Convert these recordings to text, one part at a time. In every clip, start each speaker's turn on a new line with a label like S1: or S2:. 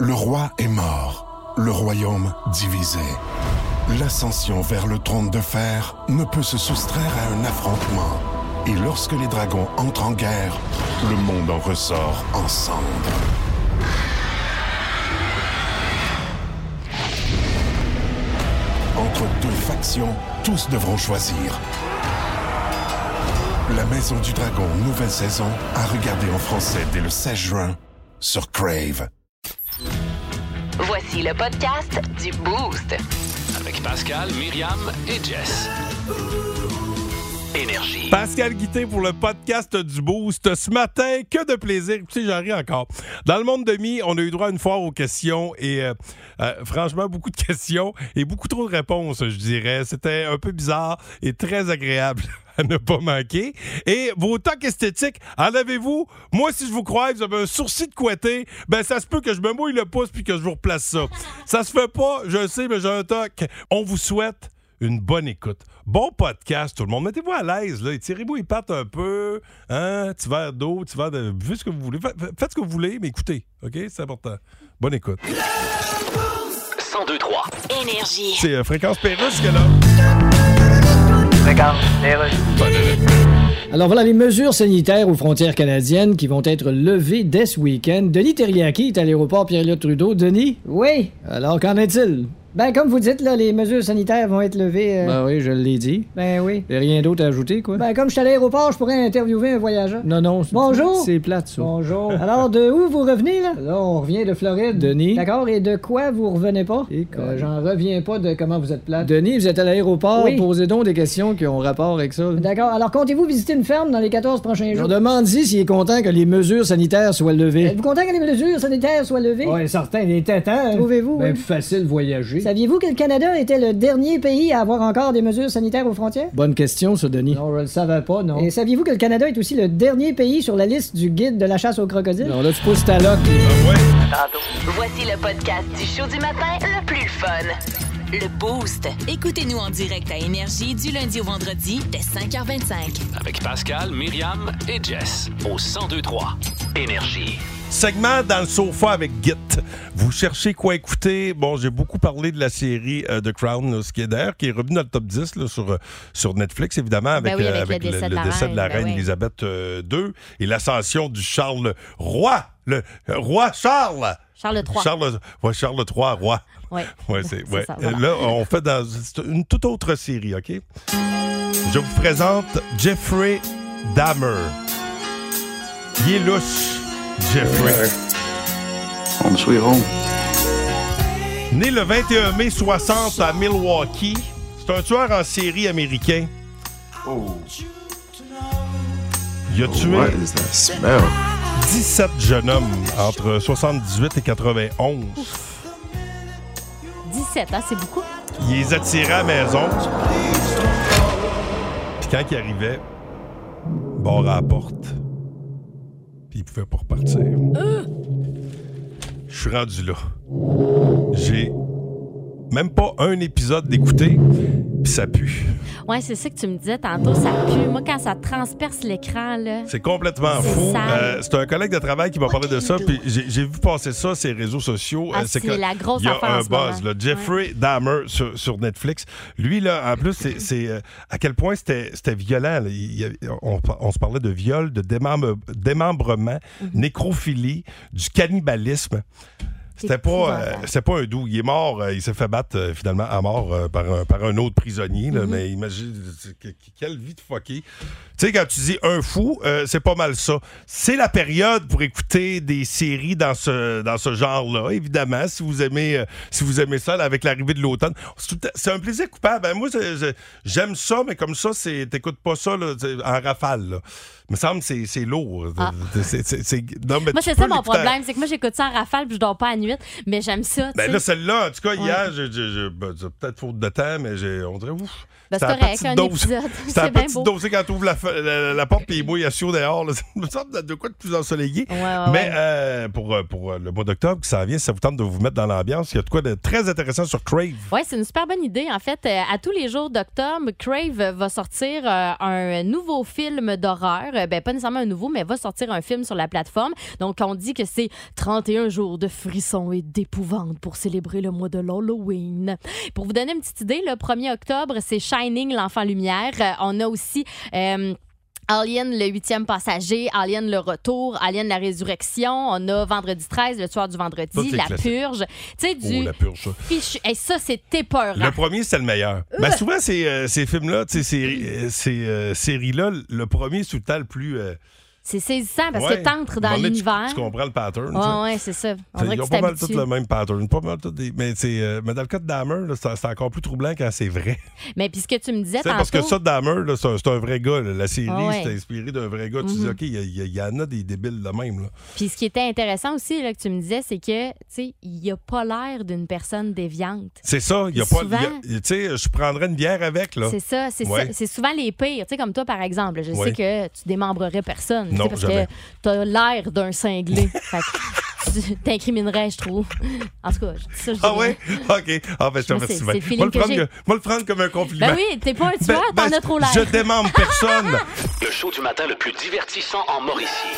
S1: Le roi est mort, le royaume divisé. L'ascension vers le trône de fer ne peut se soustraire à un affrontement. Et lorsque les dragons entrent en guerre, le monde en ressort en cendres. Entre deux factions, tous devront choisir. La Maison du Dragon, nouvelle saison, à regarder en français dès le 16 juin sur Crave.
S2: Voici le podcast du Boost.
S3: Avec Pascal, Myriam et Jess. Énergie.
S4: Pascal Guité pour le podcast du Boost. Ce matin, que de plaisir. Écoutez, j'en ris encore. Dans le monde de mi, on a eu droit à une foire aux questions et euh, euh, franchement, beaucoup de questions et beaucoup trop de réponses, je dirais. C'était un peu bizarre et très agréable à ne pas manquer. Et vos tocs esthétiques, en avez-vous? Moi, si je vous crois, vous avez un sourcil de couetté, ben ça se peut que je me mouille le pouce puis que je vous replace ça. Ça se fait pas, je sais, mais j'ai un toc. On vous souhaite une bonne écoute. Bon podcast, tout le monde. Mettez-vous à l'aise, là. Tirez-vous, ils partent un peu. Hein? Petit verre d'eau, petit verre de. Buvez ce que vous voulez. Fa- fa- Faites ce que vous voulez, mais écoutez. OK? C'est important. Bonne écoute.
S3: 1023.
S2: Énergie.
S4: C'est euh, Fréquence Pérusse que là.
S5: Alors voilà les mesures sanitaires aux frontières canadiennes qui vont être levées dès ce week-end. Denis Terriaki est à l'aéroport Pierre-Éliott Trudeau. Denis,
S6: Oui.
S5: alors qu'en est-il?
S6: Ben, comme vous dites, là, les mesures sanitaires vont être levées. euh,
S5: Ben oui, je l'ai dit.
S6: ben oui.
S5: J'ai rien d'autre à ajouter, quoi.
S6: Ben, comme je suis à l'aéroport, je pourrais interviewer un voyageur.
S5: non, non. c'est-
S6: Bonjour.
S5: C'est plate, ça.
S6: Bonjour. Alors, de où vous revenez, là? Là, on revient de Floride.
S5: Denis.
S6: D'accord, et de quoi vous revenez pas?
S5: Et quoi?
S6: Euh, J'en reviens pas de comment vous êtes plate.
S5: Denis, vous êtes à l'aéroport.
S6: Oui.
S5: Posez donc des questions qui ont rapport avec ça. là.
S6: D'accord, alors comptez-vous visiter une ferme dans les 14 prochains
S5: On
S6: jours?
S5: demande si s'il est content que les mesures sanitaires soient levées.
S6: Êtes-vous content que les mesures sanitaires soient levées?
S5: certain, il était temps.
S6: Trouvez-vous, hein? oui.
S5: facile voyager.
S6: Saviez-vous que le Canada était le dernier pays à avoir encore des mesures sanitaires aux frontières?
S5: Bonne question, ça, Denis.
S6: je le savais pas, non. Et saviez-vous que le Canada est aussi le dernier pays sur la liste du guide de la chasse aux crocodiles?
S5: Alors là, tu pousses ta loque.
S2: Voici le podcast du show du matin le plus fun. Le Boost.
S7: Écoutez-nous en direct à Énergie du lundi au vendredi dès 5h25.
S3: Avec Pascal, Myriam et Jess. Au 1023. Énergie.
S4: Segment dans le sofa avec Git. Vous cherchez quoi écouter? Bon, j'ai beaucoup parlé de la série euh, The Crown, là, ce qui est d'ailleurs qui est revenu dans le top 10 là, sur, euh, sur Netflix, évidemment, avec,
S8: Ben oui,
S4: euh,
S8: avec le décès de la
S4: décès de la
S8: reine, ben
S4: reine
S8: oui.
S4: Elisabeth euh, II et l'ascension du Charles Roi. Le euh, roi Charles!
S8: Charles III.
S4: Charles, euh, ouais, Charles III, roi.
S8: Ouais.
S4: Ouais, c'est,
S8: C'est
S4: ouais.
S8: ça, voilà.
S4: Là, on fait dans c'est une toute autre série, OK? Je vous présente Jeffrey Dahmer. Il est louche, Jeffrey.
S9: Home sweet home.
S4: Né le 21 mai 60 à Milwaukee, c'est un tueur en série américain. Oh. Il a tué
S9: What is that smell?
S4: 17 jeunes hommes entre 78 et 91.
S8: 17, hein, c'est beaucoup.
S4: Il les attirait à la maison. Puis quand il arrivait, bord à la porte. Puis il pouvait pas repartir.
S8: Euh,
S4: Je suis rendu là. J'ai même pas un épisode d'écouter, puis ça pue.
S8: Ouais, c'est ça que tu me disais tantôt, ça pue. Moi, quand ça transperce l'écran, là.
S4: C'est complètement
S8: C'est
S4: fou.
S8: sale.
S4: Euh, c'est un collègue de travail qui m'a parlé de ça, puis j'ai j'ai vu passer ça sur les réseaux sociaux.
S8: Ah,
S4: Euh,
S8: c'est
S4: que-
S8: la grosse
S4: il y a
S8: affaire
S4: un
S8: en ce
S4: buzz,
S8: moment.
S4: là. Jeffrey Dahmer sur, sur Netflix. Lui, là, en plus, c'est c'est, euh, à quel point c'était c'était violent. là. Il y avait- on, on se parlait de viol, de démembre- démembrement,
S8: Mhm.
S4: nécrophilie, du cannibalisme. C'était pas, euh,
S8: épouvantable.
S4: c'était pas un doux. Il est mort, euh, il s'est fait battre euh, finalement à mort euh, par, un, par un autre prisonnier.
S8: Mhm.
S4: là. Mais imagine, c'est- que- que- quelle vie de fucké. Tu sais, quand tu dis un fou, euh, c'est pas mal ça. C'est la période pour écouter des séries dans ce, dans ce genre-là, évidemment, si vous aimez, euh, si vous aimez ça là, avec l'arrivée de l'automne. C'est tout- C'est un plaisir coupable. Ben, moi, je- je- j'aime ça, mais comme ça, c'est- t'écoutes pas ça là, c'est- en rafale. Là. Il me semble que c'est- c'est lourd.
S8: Ah.
S4: C'est- c'est- c'est- non, mais Ben,
S8: Moi,
S4: tu
S8: c'est
S4: peux
S8: ça mon
S4: l'écouter à-
S8: problème. C'est que moi, j'écoute ça en rafale puis je dors pas à nuit. Mais j'aime ça. tu
S4: ben
S8: sais.
S4: là, celle-là, en tout cas,
S8: Ouais.
S4: hier, je, je- je- ben, c'est peut-être faute de temps, mais j'ai, on dirait ouf.
S8: Ben, c'est
S4: à
S8: correct,
S4: petite
S8: un
S4: dose.
S8: épisode.
S4: C'est un
S8: C'est bien
S4: petit
S8: beau.
S4: dosé quand tu ouvres la, fe- la, la porte puis il mouille à chaud dehors. là. Ça me semble de quoi de plus ensoleillé.
S8: Ouais, ouais, ouais.
S4: Mais euh, pour, euh, pour euh, le mois d'octobre qui s'en vient, si ça vous tente de vous mettre dans l'ambiance, il y a de quoi de très intéressant sur Crave.
S8: Oui, c'est une super bonne idée. En fait, euh, à tous les jours d'octobre, Crave va sortir euh, un nouveau film d'horreur. Euh, ben, pas nécessairement un nouveau, mais va sortir un film sur la plateforme. Donc, on dit que c'est 31 jours de frissons poissons et d'épouvante pour célébrer le mois de l'Halloween. Pour vous donner une petite idée, le 1er octobre, c'est Shining, l'enfant lumière. Euh, on a aussi... euh, Alien, le huitième passager, Alien, le retour, Alien, la résurrection. On a Vendredi 13, le tueur du
S4: Ça,
S8: vendredi,
S4: c'est
S8: la
S4: classique.
S8: purge. Tu sais,
S4: Oh,
S8: du
S4: la purge.
S8: fichu. Et ça, c'est épeurant.
S4: Le premier, c'est le meilleur. Ben, souvent, ces, euh, ces films-là, tu sais, ces, euh, ces, euh, séries-là, le premier, c'est tout le temps le plus. euh,
S8: C'est saisissant parce
S4: ouais.
S8: que t'entres
S4: À un
S8: dans
S4: moment donné, tu-
S8: l'univers.
S4: Tu, comprends le pattern. tu sais.
S8: Ouais, ouais, c'est ça. On dirait
S4: Ils
S8: que
S4: ont
S8: tu
S4: pas mal tous
S8: t'habitues.
S4: le même pattern. Pas mal tous des- mais, c'est, euh, mais dans le cas de Dahmer, là, c'est c'est encore plus troublant quand c'est vrai.
S8: Mais puis ce que tu me disais
S4: Tu sais, Parce que
S8: tantôt-
S4: ça, Dahmer, là, c'est un, c'est un vrai gars. là. La série,
S8: Ah ouais. Mm-hmm.
S4: c'est inspiré d'un vrai gars. Tu dis, OK, il y, a- il y a- il y en a des débiles de même. là.
S8: Puis ce qui était intéressant aussi là, que tu me disais, c'est que, tu sais, il a pas l'air d'une personne déviante.
S4: C'est ça. Il y a pas. il y a-
S8: Souvent-
S4: Tu sais, je prendrais une bière avec. là.
S8: C'est ça, c'est
S4: Ouais.
S8: ça. C'est souvent les pires. Tu sais, comme toi, par exemple, je
S4: Ouais.
S8: sais que tu démembrerais personne. tu sais,
S4: Non,
S8: parce
S4: jamais.
S8: que t'as l'air d'un cinglé. fait que tu t'incriminerais, je trouve. En tout cas, je dis ça, je dis
S4: Ah
S8: rien.
S4: ouais? OK. Ah, ben, je te
S8: Moi,
S4: remercie. bien.
S8: c'est- c'est le feeling
S4: Moi, le
S8: que
S4: prendre
S8: j'ai.
S4: que- moi, le prendre comme un compliment.
S8: Ben oui, t'es pas un tueur,
S4: Ben, ben,
S8: t'en as trop l'air.
S4: Je demande personne.
S3: Le show du matin le plus divertissant en Mauricie.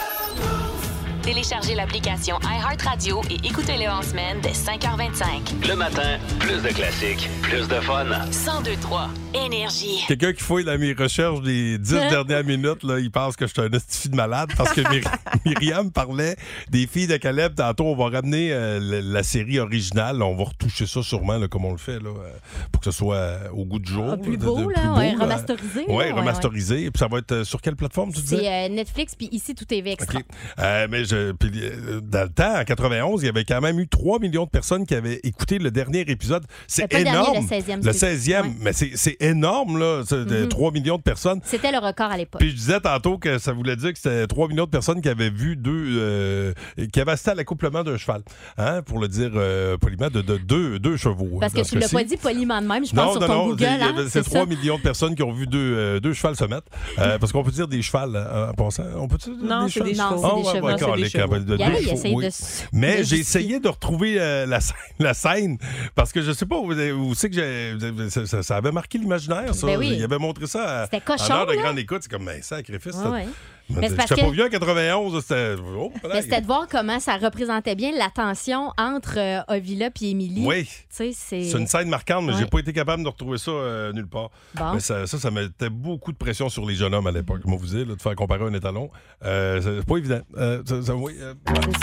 S7: Téléchargez l'application iHeartRadio et écoutez-le en semaine dès 5h25.
S3: Le matin, plus de classiques, plus de fun.
S7: 1023 Énergie.
S4: Quelqu'un qui fouille dans mes recherches des dix dernières minutes, là, il pense que je suis un hostifie de malade parce que Myri- Myriam parlait des filles de Caleb. Tantôt, on va ramener euh, la, la série originale. On va retoucher ça sûrement, là, comme on le fait, là, euh, pour que ce soit euh, au goût du jour.
S8: Ah, plus
S4: de-
S8: beau,
S4: de-
S8: là, ouais, remasterisé, là,
S4: Oui,
S8: ouais,
S4: remasterisé. Puis ça va être euh, sur quelle plateforme, tu disais?
S8: C'est euh, Netflix, puis ici, tout est extra.
S4: OK. Euh, mais je, puis, euh, dans le temps, en 91, il y avait quand même eu 3 millions de personnes qui avaient écouté le dernier épisode.
S8: Le
S4: C'est
S8: pas le dernier,
S4: énorme.
S8: le 16e,
S4: Le
S8: excuse.
S4: 16e,
S8: Ouais. Mhm.
S4: mais c'est- c'est énorme, là, ça, de 3 millions de personnes.
S8: C'était le record à l'époque.
S4: Puis je disais tantôt que ça voulait dire que c'était 3 millions de personnes qui avaient vu deux. euh, qui avaient assisté à l'accouplement d'un cheval. Hein, pour le dire euh, poliment, de, de deux, deux chevaux. hein,
S8: Parce
S4: dans
S8: que
S4: ce
S8: tu l'as
S4: cas-ci.
S8: pas dit poliment de même, je pense,
S4: Non,
S8: sur
S4: non,
S8: ton
S4: non,
S8: Google.
S4: il y
S8: hein,
S4: avait-
S8: c'est
S4: c'est 3
S8: ça.
S4: millions de personnes qui ont vu deux, euh, deux chevals se mettre. Euh, parce qu'on peut dire des chevals, hein, en passant. On peut dire
S10: Non,
S4: des
S10: c'est des
S8: Non,
S10: chevaux.
S8: c'est
S4: Ah, ouais,
S8: des chevaux.
S4: ouais,
S10: Non, c'est
S4: d'accord,
S10: des
S4: les
S10: chevaux.
S4: cabanes de
S8: Il y en a,
S4: deux
S8: il
S4: chevaux,
S8: essaye
S4: oui.
S8: de s- de
S4: Mais j'ai
S8: justifier.
S4: essayé de retrouver euh, la, scène, la scène parce que je sais pas où, où c'est que j'ai- ça, ça- ça avait marqué l'imaginaire, ça.
S8: Ben oui.
S4: Il avait montré ça à,
S8: C'était cochon,
S4: à l'heure de
S8: là.
S4: grande écoute. C'est comme, mais sacrifice.
S8: Ouais,
S4: ça.
S8: ouais.
S4: Mais
S8: Mais c'est parce
S4: J'étais pas
S8: que-
S4: vieux en 91. C'était. oh,
S8: Mais c'était de voir comment ça représentait bien la tension entre euh, Ovila puis Émilie.
S4: Oui,
S8: Tu sais, c'est...
S4: c'est une scène marquante, mais j'ai
S8: Ouais.
S4: pas été capable de retrouver ça euh, nulle part.
S8: Bon.
S4: Mais ça, ça, ça mettait beaucoup de pression sur les jeunes hommes à l'époque. Moi, vous dire, là, de faire comparer un étalon, euh, c'est pas évident. Euh, ça- ça- oui, euh,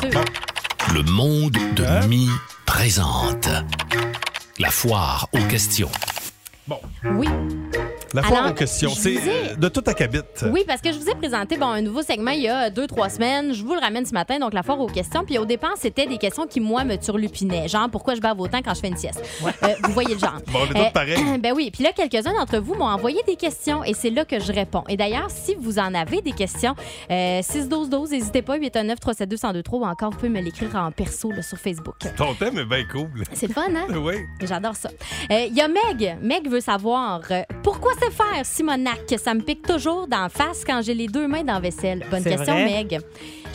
S8: C'est sûr.
S3: Le monde
S4: Hein?
S3: de Mi présente la foire aux questions.
S4: bon,
S8: Oui.
S4: la foire
S8: Alors,
S4: aux questions,
S8: je vous
S4: c'est
S8: ai-
S4: euh, de tout à cabite.
S8: Oui, parce que je vous ai présenté bon, un nouveau segment il y a deux, trois semaines. Je vous le ramène ce matin, donc la foire aux questions. Puis au départ, c'était des questions qui, moi, me turlupinaient. Genre, pourquoi je bave autant quand je fais une sieste? Euh, vous voyez le genre.
S4: Bon, on est tous pareils.
S8: Ben oui. Puis là, quelques-uns d'entre vous m'ont envoyé des questions et c'est là que je réponds. Et d'ailleurs, si vous en avez des questions, euh, 6-12-12, n'hésitez pas, 819-372-1023 ou encore, vous pouvez me l'écrire en perso là, sur Facebook.
S4: Ton thème est bien cool.
S8: C'est le fun, hein?
S4: Oui.
S8: J'adore ça. Euh, Il y a Meg. Meg veut savoir euh, pourquoi c'est faire, Simonac, que ça me pique toujours d'en face quand j'ai les deux mains dans la vaisselle. Bonne
S10: C'est
S8: question,
S10: vrai?
S8: Meg.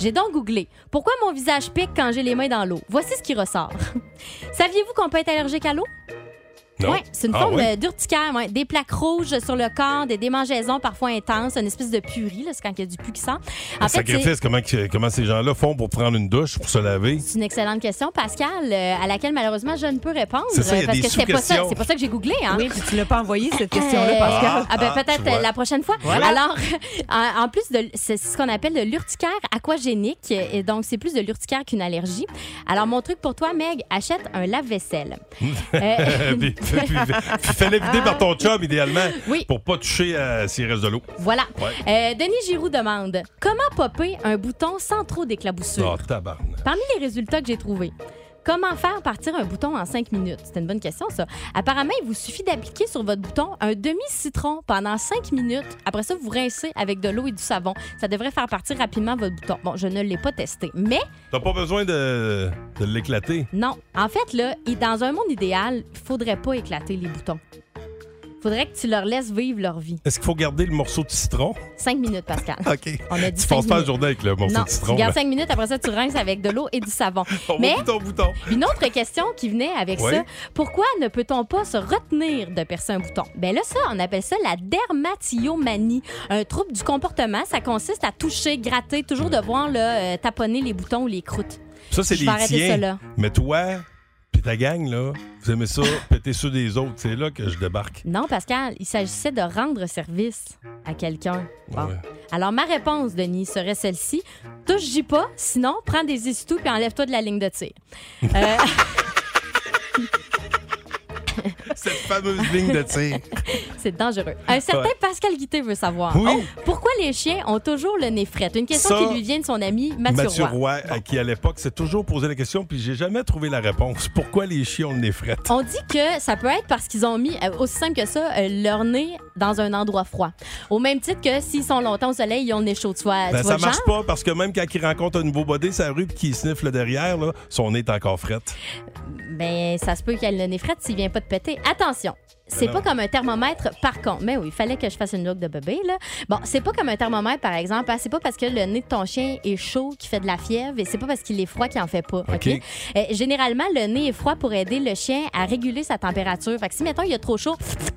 S8: J'ai donc googlé pourquoi mon visage pique quand j'ai les mains dans l'eau. Voici ce qui ressort. Saviez-vous qu'on peut être allergique à l'eau?
S4: Non.
S8: Ouais, c'est une
S4: Ah
S8: forme
S4: ouais?
S8: euh, d'urticaire, ouais. des plaques rouges sur le corps, des démangeaisons parfois intenses, une espèce de purie, là, c'est quand il y a du pu qui sent. En
S4: Le
S8: fait, c'est-
S4: sacrifice, comment, que- comment ces gens-là font pour prendre une douche, pour se laver?
S8: C'est une excellente question, Pascal, euh, à laquelle malheureusement je ne peux répondre.
S4: C'est ça, il y a
S8: euh, parce
S4: des
S8: que c'est pas ça,
S4: sous-questions.
S8: c'est pas ça que j'ai googlé. Hein?
S10: Oui, puis tu l'as pas envoyé, cette
S8: Euh,
S10: question-là, Pascal.
S8: Ah, ben
S4: Ah,
S8: peut-être
S4: tu vois.
S8: euh, la prochaine fois. Alors, en, en plus de c'est ce qu'on appelle de l'urticaire aquagénique, et donc c'est plus de l'urticaire qu'une allergie. Alors mon truc pour toi, Meg, achète un lave-vaisselle. Euh,
S4: puis, puis- puis- puis fais-les vider par ton chum, idéalement,
S8: Oui.
S4: pour pas toucher à s'il reste de l'eau.
S8: voilà.
S4: Ouais.
S8: Euh, Denis Giroux demande comment popper un bouton sans trop d'éclaboussure.
S4: Oh, tabarnak.
S8: Parmi les résultats que j'ai trouvés. Comment faire partir un bouton en 5 minutes? C'était une bonne question, ça. Apparemment, il vous suffit d'appliquer sur votre bouton un demi-citron pendant 5 minutes. Après ça, vous rincez avec de l'eau et du savon. Ça devrait faire partir rapidement votre bouton. Bon, je ne l'ai pas testé, mais
S4: T'as pas besoin de, de l'éclater.
S8: non. En fait, là, et dans un monde idéal, il faudrait pas éclater les boutons. faudrait que tu leur laisses vivre leur vie.
S4: Est-ce qu'il faut garder le morceau de citron?
S8: 5 minutes, Pascal.
S4: OK.
S8: On a dit
S4: Tu passes
S8: cinq
S4: pas la
S8: minutes.
S4: journée avec le morceau
S8: Non,
S4: de
S8: tu
S4: citron.
S8: gardes
S4: là.
S8: 5 minutes, après ça, tu rinces avec de l'eau et du savon.
S4: On va
S8: Mais-
S4: bouton, bouton.
S8: Une autre question qui venait avec
S4: Oui.
S8: ça, pourquoi ne peut-on pas se retenir de percer un bouton? Ben là, ça, on appelle ça la dermatillomanie, un trouble du comportement. Ça consiste à toucher, gratter, toujours devoir là, euh, taponner les boutons ou les croûtes.
S4: Ça, c'est
S8: Je
S4: les
S8: vais arrêter ça
S4: tiens.
S8: là.
S4: Mais toi, puis ta gang, là, vous aimez ça, péter ceux des autres. C'est là que je débarque.
S8: Non, Pascal, il s'agissait de rendre service à quelqu'un. Bon.
S4: Ouais.
S8: Alors, ma réponse, Denis, serait celle-ci. Touche j'y pas, sinon, prends des estou puis enlève-toi de la ligne de tir. Euh,
S4: Cette fameuse ligne de tir.
S8: c'est dangereux. Un certain
S4: Ouais.
S8: Pascal Guité veut savoir Oh,
S4: Oui.
S8: pourquoi les chiens ont toujours le nez fret. Une question
S4: Ça,
S8: qui lui vient de son ami Mathieu,
S4: Mathieu Roy,
S8: Roy.
S4: à qui à l'époque s'est toujours posé la question, puis j'ai jamais trouvé la réponse. Pourquoi les chiens ont le nez fret?
S8: On dit que ça peut être parce qu'ils ont mis, euh, aussi simple que ça, euh, leur nez dans un endroit froid. Au même titre que s'ils sont longtemps au soleil, ils ont le nez chaud. Tu vois,
S4: Ben,
S8: Ah, tu vois
S4: ça
S8: le genre?
S4: marche pas parce que même quand il rencontre un nouveau body sa rue puis qu'il sniffe le derrière, là, son nez est encore fret.
S8: Ben, ça se peut qu'elle le nez frette s'il vient pas de péter. Attention! C'est
S4: Ben
S8: pas
S4: non.
S8: comme un thermomètre, par contre. Mais oui, il fallait que je fasse une joke de bébé, là. Bon, c'est pas comme un thermomètre, par exemple. hein. C'est pas parce que le nez de ton chien est chaud qu'il fait de la fièvre et c'est pas parce qu'il est froid qu'il en fait pas. OK?
S4: OK.
S8: Euh, généralement, le nez est froid pour aider le chien à réguler sa température. Fait que si, mettons, il a trop chaud,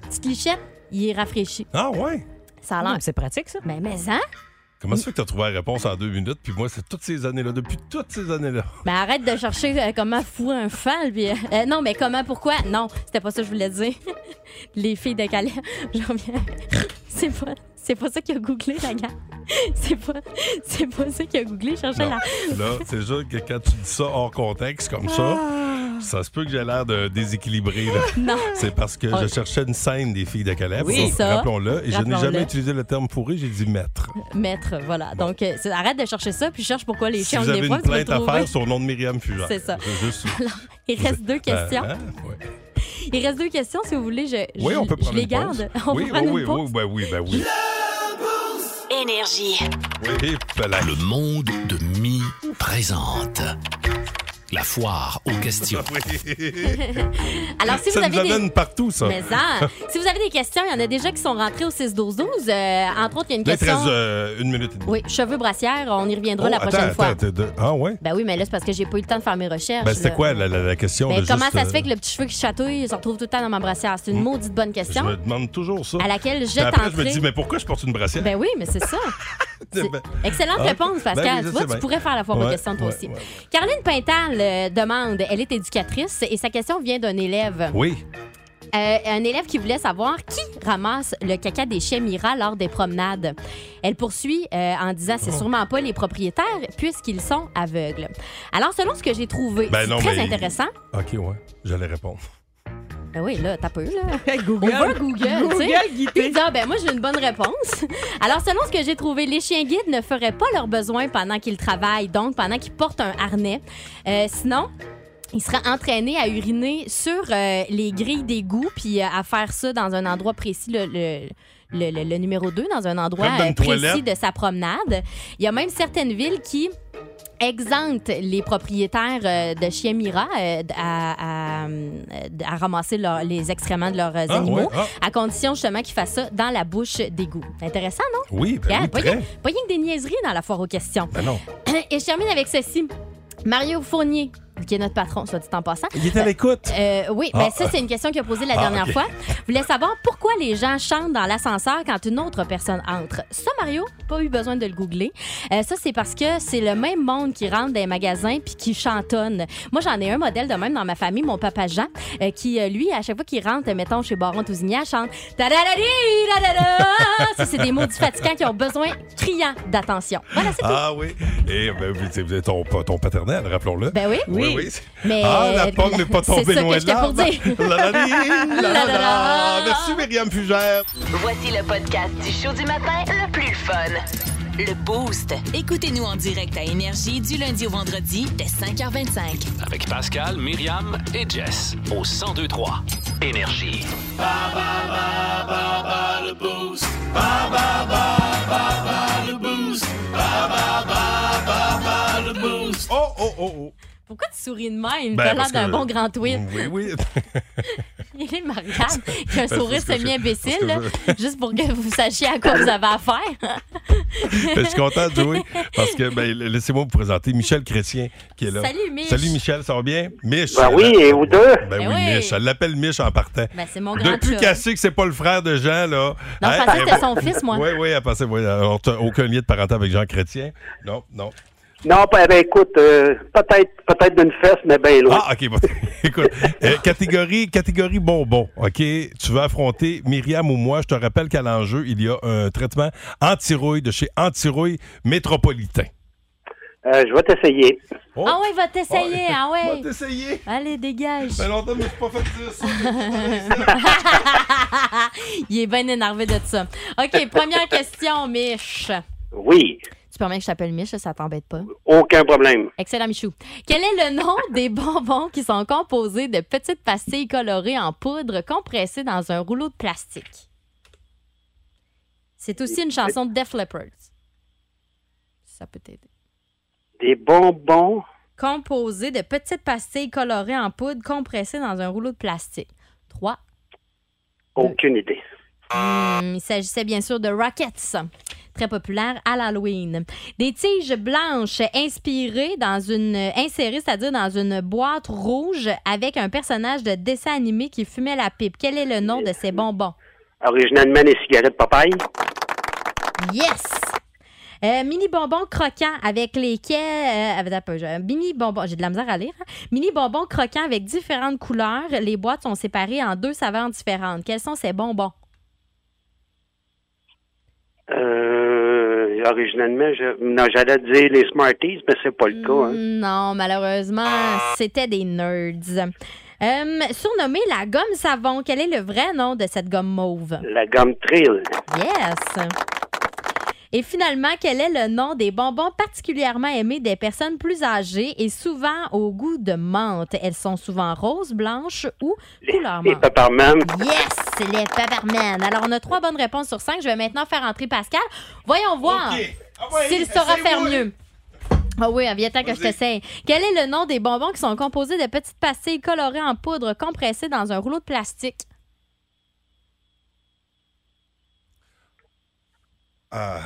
S8: petite lichette, il est rafraîchi.
S4: Ah ouais?
S8: Ça a
S10: Ah,
S8: l'air.
S10: C'est pratique, ça.
S8: Ben, mais hein?
S4: Comment ça fait que t'as trouvé la réponse en deux minutes? Puis moi, c'est toutes ces années-là, depuis toutes ces années-là.
S8: Ben, arrête de chercher euh, comment fourrer un fan. Puis, euh, euh, non, mais comment, pourquoi? Non, c'était pas ça que je voulais dire. Les filles de Calais, je reviens. C'est pas, c'est pas ça qu'il a googlé, la gars. C'est pas, c'est pas ça qu'il a googlé. Cherchez
S4: Non.
S8: la.
S4: Là, c'est sûr que quand tu dis ça hors contexte comme ça, ça se peut que j'ai l'air de déséquilibré. là.
S8: Ah. Non.
S4: C'est parce que je cherchais une scène des filles de Calais.
S8: Oui, c'est ça.
S4: Rappelons-le. Et je n'ai
S8: Rappelons-le.
S4: jamais utilisé le terme fourré, j'ai dit mettre.
S8: Maître, voilà. Donc, euh, c'est- arrête de chercher ça, puis cherche pourquoi les
S4: Si
S8: chiens
S4: vous
S8: ont
S4: avez
S8: des
S4: une
S8: fois, tu vas le
S4: plainte à
S8: trouver.
S4: faire, c'est au nom de Myriam Fugère.
S8: C'est ça.
S4: Je- juste-
S8: Il reste deux questions.
S4: Ah, ah, ouais.
S8: Il reste deux questions, si vous voulez. Je,
S4: Oui,
S8: je-
S4: on peut
S8: je
S4: prendre
S8: les
S4: une
S8: garde.
S4: pause.
S8: On
S4: oui,
S8: peut prendre
S4: oui,
S8: une
S4: oui,
S8: pause.
S4: oui, ben oui, ben oui.
S7: Énergie.
S4: Oui, voilà.
S3: Le monde de mi présente. La foire aux questions.
S8: Alors, si vous
S4: ça nous
S8: avez des.
S4: amène partout, ça.
S8: Mais ça, si vous avez des questions, il y en a déjà qui sont rentrés au 6-12-12. Euh, entre autres, il y a une
S4: Là, il te
S8: question.
S4: reste, euh, une minute et demie.
S8: Oui, cheveux brassières, on y reviendra
S4: Oh,
S8: la prochaine
S4: attends,
S8: fois.
S4: attends, t'es de- Ah ouais?
S8: Ben oui, mais là, c'est parce que j'ai pas eu le temps de faire mes recherches.
S4: Ben, c'était
S8: là.
S4: quoi la, la- la question?
S8: Ben,
S4: de
S8: comment
S4: juste,
S8: ça se fait
S4: euh, Hmm.
S8: que le petit cheveu qui chatouille se retrouve tout le temps dans ma brassière? C'est une maudite bonne
S4: Je
S8: question
S4: me demande toujours ça.
S8: à laquelle je
S4: Puis Après, je me
S8: tenterai-
S4: dis, mais pourquoi je porte une brassière?
S8: Ben oui, mais c'est ça. c'est-
S4: Ben,
S8: Excellente
S4: Ah,
S8: réponse,
S4: ben oui,
S8: Pascal.
S4: je
S8: tu vois,
S4: sais
S8: tu
S4: bien.
S8: pourrais faire la foire aux
S4: Ouais,
S8: questions, toi
S4: ouais,
S8: aussi.
S4: ouais.
S8: Caroline Pintal euh, demande, elle est éducatrice et sa question vient d'un élève.
S4: Oui.
S8: Euh, un élève qui voulait savoir qui ramasse le caca des chiens Mira lors des promenades. Elle poursuit euh, en disant c'est sûrement pas les propriétaires puisqu'ils sont aveugles. Alors selon ce que j'ai trouvé,
S4: Ben
S8: c'est
S4: non,
S8: très
S4: mais-
S8: intéressant.
S4: OK, ouais. J'allais répondre.
S8: Ben oui, là, t'as peu, là. On
S10: Google.
S8: voit Google, tu sais.
S10: Google
S8: Puis il
S10: guité.
S8: dit, ah, ben moi, j'ai une bonne réponse. Alors, selon ce que j'ai trouvé, les chiens guides ne feraient pas leurs besoins pendant qu'ils travaillent, donc pendant qu'ils portent un harnais. Euh, sinon, ils seraient entraînés à uriner sur euh, les grilles d'égout, puis euh, à faire ça dans un endroit précis, le... le- le- le- le numéro 2 dans un endroit
S4: Comme dans une
S8: euh, précis
S4: toilette.
S8: de sa promenade. Il y a même certaines villes qui exemptent les propriétaires euh, de chiens Mira euh, d- à, à, euh, à ramasser leur- les excréments de leurs euh,
S4: Ah,
S8: animaux,
S4: ouais, ah.
S8: à condition justement qu'ils fassent ça dans la bouche d'égout. Intéressant, non?
S4: Oui, ben
S8: Regarde,
S4: oui,
S8: voyons.
S4: très.
S8: Pas rien que des niaiseries dans la foire aux questions.
S4: Ben non.
S8: Et je termine avec ceci. Mario Fournier, qui est notre patron, soit dit en passant.
S4: Il est à l'écoute.
S8: Euh, oui, ben
S4: Ah,
S8: ça, c'est une question qu'il a posée la
S4: ah,
S8: dernière
S4: ok.
S8: fois. voulait savoir pourquoi les gens chantent dans l'ascenseur quand une autre personne entre. Ça, Mario, pas eu besoin de le googler. Euh, ça, c'est parce que c'est le même monde qui rentre dans les magasins puis qui chantonne. Moi, j'en ai un modèle de même dans ma famille, mon papa Jean, euh, qui, euh, lui, à chaque fois qu'il rentre, euh, mettons, chez Baron Tousignan, chante Tadadadi, dadada. Ça, c'est des mots du fatigants qui ont besoin criant d'attention. Voilà, c'est tout.
S4: Ah oui. Et ben, oui, c'est- c'est ton, ton paternel, rappelons-le.
S8: Ben oui.
S4: oui. oui.
S8: Mais
S4: Ah, la pomme n'est pas tombée
S8: C'est ça
S4: loin
S8: que
S4: de
S8: j'étais
S4: là.
S8: pour dire.
S4: La, la, la, la, la,
S8: La, la, la.
S4: Merci, Myriam Fugère.
S2: Voici le podcast du show du matin le plus fun.
S7: Le Boost. Écoutez-nous en direct à Énergie du lundi au vendredi dès 5h25.
S3: Avec Pascal, Myriam et Jess au 1023 Énergie.
S4: Oh, oh, oh, oh.
S8: Pourquoi tu souris de
S4: Ben,
S8: même? T'as l'air
S4: parce
S8: d'un
S4: que-
S8: bon grand tweet.
S4: Oui, oui.
S8: Il est mariable. Il a un
S4: Ben,
S8: sourire
S4: c'est parce que je-
S8: semi-imbécile, là,
S4: parce
S8: juste pour que vous sachiez à quoi vous avez affaire.
S4: Je suis content de jouer parce que, ben, laissez-moi vous présenter Michel Chrétien qui est là.
S8: Salut, Mich.
S4: Salut Michel, ça va bien? Mich.
S11: Ben oui, et vous deux?
S4: Ben
S8: Ben
S4: oui,
S8: oui.
S4: Mich. Elle l'appelle Mich en partant.
S8: Ben, c'est mon grand
S4: Depuis
S8: chum.
S4: qu'elle sait que c'est pas le frère de Jean, là. Hein? Eh, ben,
S8: Non, je pensais que c'était son fils, moi.
S4: euh, Oui, oui, elle pensait. Oui, alors, t'as aucun lien de parenté avec Jean Chrétien. Non, non.
S10: Non, ben, ben, écoute, euh, peut-être peut-être d'une fesse, mais ben loin.
S4: Ah, OK. bon. Écoute, euh, catégorie, catégorie bonbon. OK, tu vas affronter Myriam ou moi. Je te rappelle qu'à l'enjeu, il y a un traitement anti-rouille de chez Antirouille Métropolitain.
S10: Euh, je vais t'essayer.
S4: Oh.
S8: Ah ouais, va t'essayer, ah ouais.
S4: Va t'essayer.
S8: Allez, dégage.
S4: Ça fait longtemps que je me suis pas fait dire ça.
S8: Il est bien énervé de ça. OK, première question, Mich.
S10: Oui,
S8: Tu permets que je t'appelle Mich, ça t'embête pas.
S10: aucun problème.
S8: Excellent, Michou. Quel est le nom des bonbons qui sont composés de petites pastilles colorées en poudre compressées dans un rouleau de plastique? C'est aussi une chanson de Def Leppard. Ça peut t'aider.
S10: Des bonbons.
S8: Composés de petites pastilles colorées en poudre compressées dans un rouleau de plastique. 3.
S10: Aucune idée.
S8: Hmm, il s'agissait bien sûr de Rockets, très populaire à l'Halloween. Des tiges blanches inspirées dans une insérées, c'est-à-dire dans une boîte rouge avec un personnage de dessin animé qui fumait la pipe. Quel est le nom de ces bonbons
S10: Originalement des cigarettes papaye.
S8: Yes! Euh, mini bonbons croquants avec lesquels. euh, attends un peu, je- mini bonbons, j'ai de la misère à lire. hein. Mini bonbons croquants avec différentes couleurs. Les boîtes sont séparées en deux saveurs différentes. Quels sont ces bonbons?
S10: Euh, originalement, je, non, j'allais dire les Smarties, mais c'est pas le cas. hein.
S8: Mm. Non, malheureusement, c'était des nerds. Euh, surnommée la gomme savon, quel est le vrai nom de cette gomme mauve?
S10: La gomme Trill.
S8: Yes! Et finalement, quel est le nom des bonbons particulièrement aimés des personnes plus âgées et souvent au goût de menthe? Elles sont souvent roses, blanches ou couleur
S10: Les
S8: menthe.
S10: Pepperman.
S8: Yes, les Pepperman. Alors, on a trois bonnes réponses sur cinq. Je vais maintenant faire entrer Pascal. Voyons voir s'il saura faire mieux. Ah oui, viens tant que je t'essaye. Quel est le nom des bonbons qui sont composés de petites pastilles colorées en poudre compressées dans un rouleau de plastique?
S4: Ah,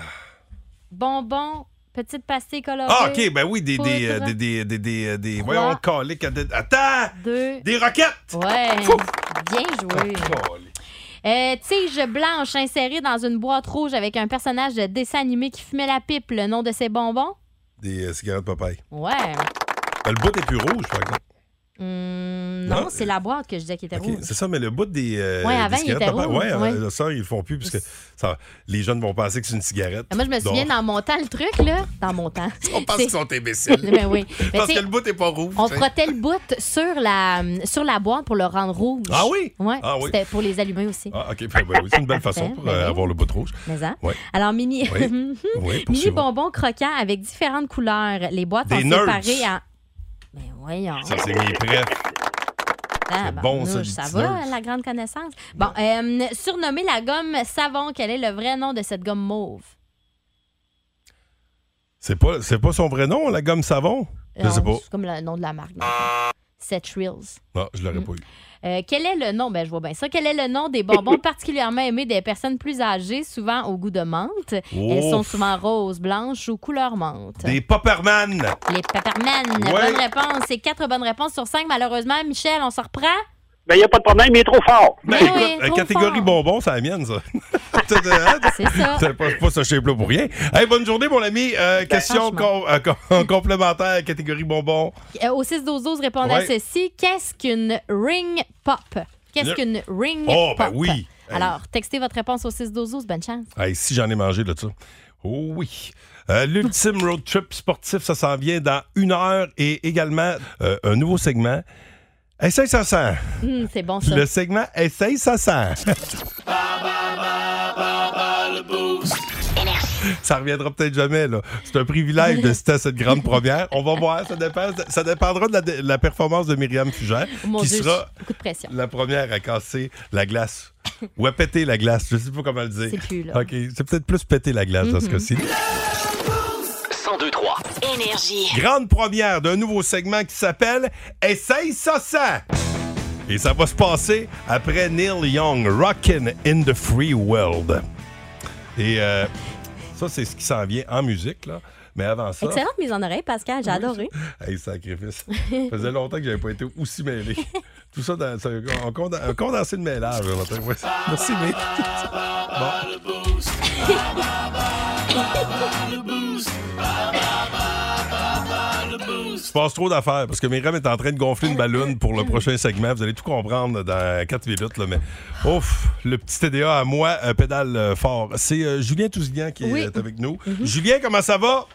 S8: Bonbons, petites pastilles colorées.
S4: Ah, OK, ben oui, des. des, euh,
S8: Poudre.
S4: des, des, des, des, des-
S8: Trois.
S4: voyons, calique, des- Attends!
S8: Deux.
S4: Des roquettes!
S8: Ouais.
S4: Fou. Ah,
S8: Bien joué.
S4: Calique.
S8: Euh, tige blanche insérée dans une boîte rouge avec un personnage de dessin animé qui fumait la pipe. Le nom de ces bonbons?
S4: Des euh, cigarettes papaye.
S8: Ouais.
S4: Ben, le bout est plus rouge, par exemple.
S8: Hum, non,
S4: Non,
S8: c'est la boîte que je disais qui était
S4: OK,
S8: rouge.
S4: c'est ça, mais le bout des, euh,
S8: Ouais,
S4: des
S8: avant, il
S4: cigarettes
S8: était
S4: papaye.
S8: rouge,
S4: Ouais,
S8: ouais.
S4: euh, ça, ils le font plus, puisque ça, les jeunes vont penser que c'est une cigarette.
S8: Ah, Moi, je me souviens, dans mon temps, le truc, là, dans mon temps.
S4: On pense
S8: c'est-
S4: qu'ils sont imbéciles.
S8: Mais oui. Mais
S4: Parce
S8: tu
S4: que
S8: sais,
S4: le bout n'est pas rouge.
S8: on
S4: tu sais.
S8: frottait le bout sur la, sur la boîte pour le rendre rouge.
S4: Ah oui?
S8: Ouais,
S4: Ah oui.
S8: C'était pour les allumer aussi.
S4: Ah, OK. ben, ben oui, c'est une belle façon
S8: Ben,
S4: pour
S8: ben
S4: euh,
S8: oui.
S4: avoir le bout rouge.
S8: Mais, hein?
S4: Oui.
S8: Alors, mini.
S4: Oui. Oui,
S8: mini
S4: poursuivons.
S8: bonbons croquants avec différentes couleurs. Les boîtes
S4: Des
S8: sont
S4: nerds.
S8: séparées en. Mais voyons.
S4: Ça, c'est mes prêts.
S8: Tabarnouche,
S4: bon, ça, les
S8: ça
S4: petits
S8: va,
S4: nerds.
S8: la grande connaissance. Bon, euh, surnommée la gomme savon, quel est le vrai nom de cette gomme mauve?
S4: C'est pas, c'est pas son vrai nom, la gomme savon? Je
S8: Non,
S4: sais pas.
S8: Euh, C'est comme le nom de la marque. dans le fond. Set Reels.
S4: Non, je l'aurais pas eu.
S8: Euh, quel est le nom, ben je vois bien ça, quel est le nom des bonbons particulièrement aimés des personnes plus âgées, souvent au goût de menthe? Elles
S4: Oh,
S8: sont souvent roses, blanches ou couleur menthe.
S4: Des Popperman!
S8: Les Pepperman,
S4: Ouais.
S8: bonne réponse. C'est quatre bonnes réponses sur cinq. Malheureusement, Michel, on se reprend.
S10: Ben, il n'y a pas de problème, il est trop fort.
S4: Ben,
S8: Ben
S4: écoute,
S8: oui,
S4: euh,
S8: trop
S4: catégorie
S8: fort.
S4: bonbon, c'est la mienne, ça. T'as- t'as- t'as-
S8: C'est ça.
S4: C'est pas, pas ce shape-là pour rien. Hey, bonne journée, mon ami. Euh, question
S8: Ben, franchement.
S4: com- euh, com- complémentaire, catégorie bonbon.
S8: Euh, au 6-12-12, répondez à
S4: Ouais.
S8: ceci. Qu'est-ce qu'une ring pop? Qu'est-ce
S4: Le-
S8: qu'une ring
S4: Oh,
S8: pop?
S4: ben oui. Hey.
S8: Alors, textez votre réponse au 6-12-12. Bonne chance.
S4: Hey, si j'en ai mangé de ça. Oh oui. Euh, L'ultime road trip sportif, ça s'en vient dans une heure et également euh, un nouveau segment. Essaye ça sent.
S8: Hum, c'est bon, ça.
S4: Le segment Essaye ça sent.
S8: Oh
S4: Ça reviendra peut-être jamais. là. C'est un privilège de citer à cette grande première. On va voir. Ça, dépend- ça dépendra de la, de la performance de Myriam Fugère,
S8: Oh Mon
S4: qui
S8: Dieu,
S4: sera
S8: j'ai beaucoup de pression.
S4: la première à casser la glace. Ou à péter la glace. Je sais pas comment le dire.
S8: C'est plus, là. Mhm.
S4: OK. C'est peut-être plus péter la glace dans ce cas-ci.
S2: 1023.
S7: Énergie.
S4: Grande première d'un nouveau segment qui s'appelle Essaye ça ça. Et ça va se passer après Neil Young, Rockin' in the Free World. Et euh, ça, c'est ce qui s'en vient en musique, là. Mais avant ça,
S8: Excellente mise en oreille, Pascal. J'ai adoré.
S4: hey, sacrifice. Ça faisait longtemps que j'avais pas été aussi mêlé. Tout ça dans c'est un, conden- un condensé de mêlage. le matin. Ouais. Merci, mec. Bon. Il se passe trop d'affaires parce que Myriam est en train de gonfler une ballonne pour le prochain segment. Vous allez tout comprendre dans 4 minutes. là, mais ouf, le petit TDA à moi euh, pédale euh, fort. C'est euh, Julien Tousignan qui
S11: Oui.
S4: est avec nous. Julien, comment ça va?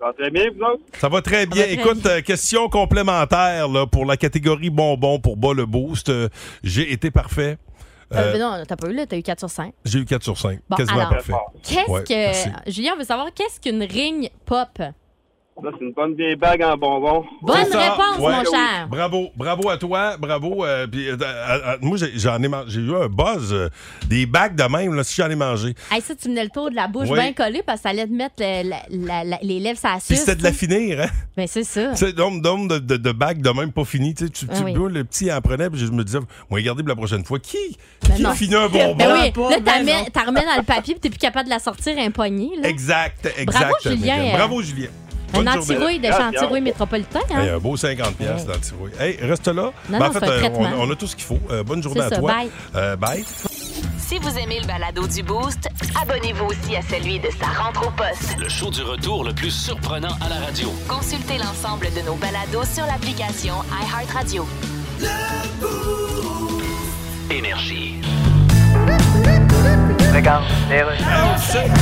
S11: Ça va très bien, vous autres?
S4: Ça va très bien.
S11: très
S4: Écoute, euh, question complémentaire là, pour la catégorie bonbons pour bas le boost. Euh, J'ai été parfait.
S8: Euh,
S4: Euh,
S8: ben non, t'as pas eu là, t'as eu 4 sur 5.
S4: J'ai eu 4 sur 5.
S8: Bon,
S4: quasiment
S8: alors,
S4: parfait.
S8: Qu'est-ce
S4: Ouais,
S8: que.
S4: merci.
S8: Julien, on veut savoir qu'est-ce qu'une ring pop?
S11: Ça, c'est une bonne vieille bague en bonbons.
S8: Bonne
S4: C'est ça.
S8: réponse,
S4: Ouais.
S8: mon cher.
S4: Bravo, bravo à toi, bravo. euh, puis, euh, à- à- moi, j'ai- j'en ai, man- j'ai eu un buzz, euh, des bacs de même, là, si j'en ai mangé.
S8: Hey, ça, tu me donnais le tour de la bouche
S4: Oui.
S8: bien collée parce que ça allait te mettre le- la- la- la- les lèvres ça
S4: Puis c'était de la finir, hein?
S8: Ben, c'est ça.
S4: Tu sais, d'homme d'homme de, de, de bacs de même pas fini. Tu sais, tu, tu-
S8: Ah oui.
S4: moi, le petit en prenait, puis je me disais, moi, regardez pour la prochaine fois, qui,
S8: Ben
S4: qui
S8: non.
S4: finit un bonbon?
S8: Ben oui, là,
S12: ben
S8: t'as
S12: non.
S8: mis- t'as remis dans le papier puis t'es plus capable de la sortir impognée. Là.
S4: Exact, exact.
S8: Bravo,
S4: Mylène.
S8: Julien, euh,
S4: Bravo, Julien.
S8: On
S4: Bonne
S8: en
S4: journée.
S8: tirouille de Chantirouille métropolitain. Hein?
S4: Hey, un beau 50$ piastres dans le tiroir. Hey, reste là.
S8: Non, non,
S4: en fait,
S8: c'est un
S4: euh, on,
S8: traitement.
S4: on a tout ce qu'il faut. Euh, bonne journée
S7: C'est
S4: à
S7: ça,
S4: toi.
S7: bye.
S4: Euh, bye.
S2: Si vous aimez le balado du Boost, abonnez-vous aussi à celui de sa rentre au poste.
S13: Le show du retour le plus surprenant à la radio.
S2: Consultez l'ensemble de nos balados sur l'application iHeartRadio.
S13: Énergie.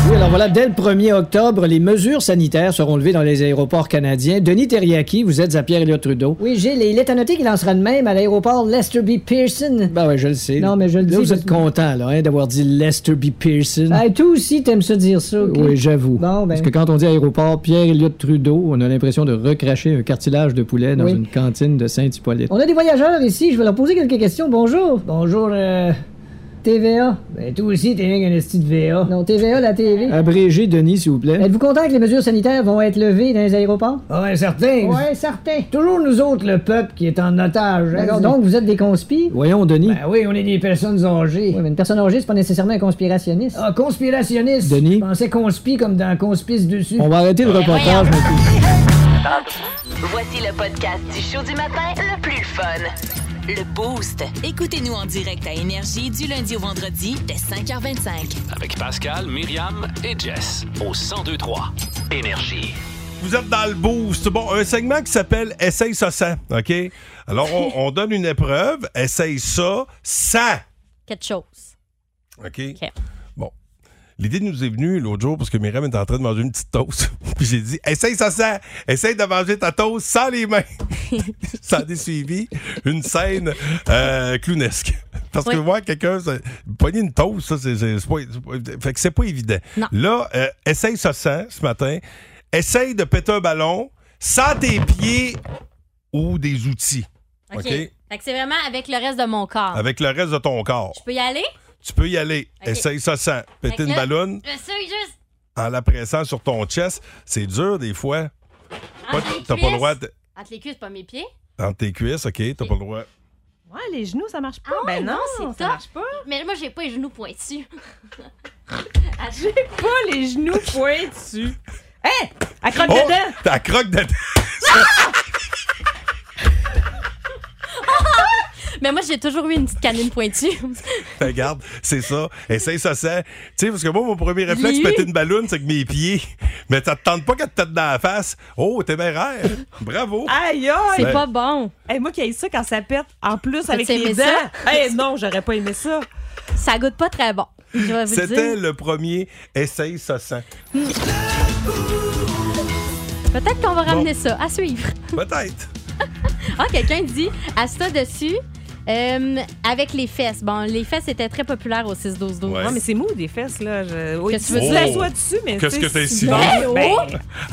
S5: Oui, alors voilà, dès le 1er octobre, les mesures sanitaires seront levées dans les aéroports canadiens. Denis Terriaki, vous êtes à Pierre-Éliott Trudeau.
S6: Oui, Gilles, et il est à noter qu'il en sera de même à l'aéroport Lester B. Pearson.
S5: Ben ouais, je le sais.
S6: Non, mais je le
S5: Là,
S6: dis
S5: vous
S6: parce
S5: êtes
S6: que-
S5: content, là, hein, d'avoir dit Lester B. Pearson.
S6: Ah, toi aussi, t'aimes ça dire ça, OK?
S5: Oui, j'avoue.
S6: Bon, ben.
S5: Parce que quand on dit aéroport Pierre-Éliott Trudeau, on a l'impression de recracher un cartilage de poulet dans
S6: Oui.
S5: une cantine de Saint-Hippolyte.
S6: On a des voyageurs ici, je vais leur poser quelques questions. Bonjour. Bonjour, euh, TVA. Ben, toi aussi, t'es rien qu'un esti de VA. Non, TVA, la TV.
S5: Abrégé, Denis, s'il vous plaît.
S6: Êtes-vous content que les mesures sanitaires vont être levées dans les aéroports?
S14: Ah ouais, certain.
S6: Ouais, certain.
S14: Toujours nous autres, le peuple qui est en otage. hein,
S5: Ben,
S6: D'accord,
S14: dis-
S6: donc vous êtes des conspires?
S5: Voyons, Denis.
S14: Ben oui, on est des personnes âgées.
S6: Oui, mais une personne âgée, c'est pas nécessairement un conspirationniste.
S14: Ah, conspirationniste.
S5: Denis.
S14: Je pensais conspi comme dans conspice dessus.
S5: On va arrêter
S6: Ben
S5: le reportage.
S2: Voici le podcast du show du matin le plus fun.
S7: Le Boost. Écoutez-nous en direct à Énergie du lundi au vendredi dès 5h25.
S13: Avec Pascal, Myriam et Jess. Au 1023 Énergie.
S4: Vous êtes dans le boost. Bon, un segment qui s'appelle Essaye ça sans. OK? Alors, on, on donne une épreuve. Essaye ça sans.
S8: Quelque chose.
S4: OK? Bon. L'idée nous est venue l'autre jour parce que Myriam était en train de manger une petite toast. Puis j'ai dit Essaye ça sans. Essaye de manger ta toast sans les mains. ça a suivi une scène euh, clownesque. Parce que
S11: Oui.
S4: voir quelqu'un se- pogner une toast, ça, c'est c'est- c'est pas, c'est pas- fait que c'est pas évident. Là, euh, essaye ça sans ce matin. Essaye de péter un ballon sans tes pieds ou des outils.
S8: OK.
S4: OK? Euh,
S8: Fait que c'est vraiment avec le reste de mon corps.
S4: Avec le reste de ton corps.
S8: Je peux y aller?
S4: Tu peux y aller.
S8: OK.
S4: Essaye ça sans.
S8: Fait que
S4: euh, Péter une
S8: là,
S4: ballonne
S8: Je suis juste.
S4: en la pressant sur ton chest, c'est dur des fois. Pas-
S8: Entre les
S4: T'as pas le
S8: cuisses.
S4: droit de-
S8: Entre les cuisses, pas mes pieds.
S4: Entre tes cuisses, OK, t'as pas le droit.
S12: Ouais, les genoux, ça marche pas.
S8: Ah ouais,
S12: ben non,
S8: non,
S12: ça
S8: c'est top.
S12: marche pas.
S8: Mais moi, j'ai pas les genoux pointus.
S12: J'ai pas les genoux pointus. Hé! Elle croque
S4: Oh!
S12: dedans!
S4: T'as croque dedans.
S8: Mais moi, j'ai toujours eu une petite canine pointue.
S4: Ben, Regarde, c'est ça. Essaye ça, ça. Tu sais, parce que moi, mon premier réflexe,
S8: Lui.
S4: péter une ballonne, c'est que mes pieds. Mais ça te tente pas qu'elle te tape dans la face. Oh, téméraire. Bravo.
S12: Aïe, aïe!
S4: C'est Oh. Ouais. pas
S8: bon.
S12: moi qui ai ça quand ça pète, en plus
S8: T'as-tu
S12: avec les
S8: aimé
S12: dents.
S8: ça?
S12: Eh non, j'aurais pas aimé ça.
S8: Ça goûte pas très bon. Je vais vous le
S4: C'était
S8: dire.
S4: le premier essaye ça sans.
S8: Peut-être qu'on va ramener ça. À suivre.
S4: Peut-être.
S8: Ah, quelqu'un dit Asta dessus. euh, avec les fesses. Bon, les fesses étaient très populaires au 6-12-12.
S4: Ouais. Ouais, mais c'est
S12: mou des fesses, là.
S8: Qu'est-ce Ah, que tu veux
S12: Tu
S8: dire?
S12: Oh. la sois dessus, mais.
S4: Qu'est-ce
S12: tu
S4: que
S12: sais,
S4: t'es
S12: si-
S4: insinué?
S12: Ben, oh!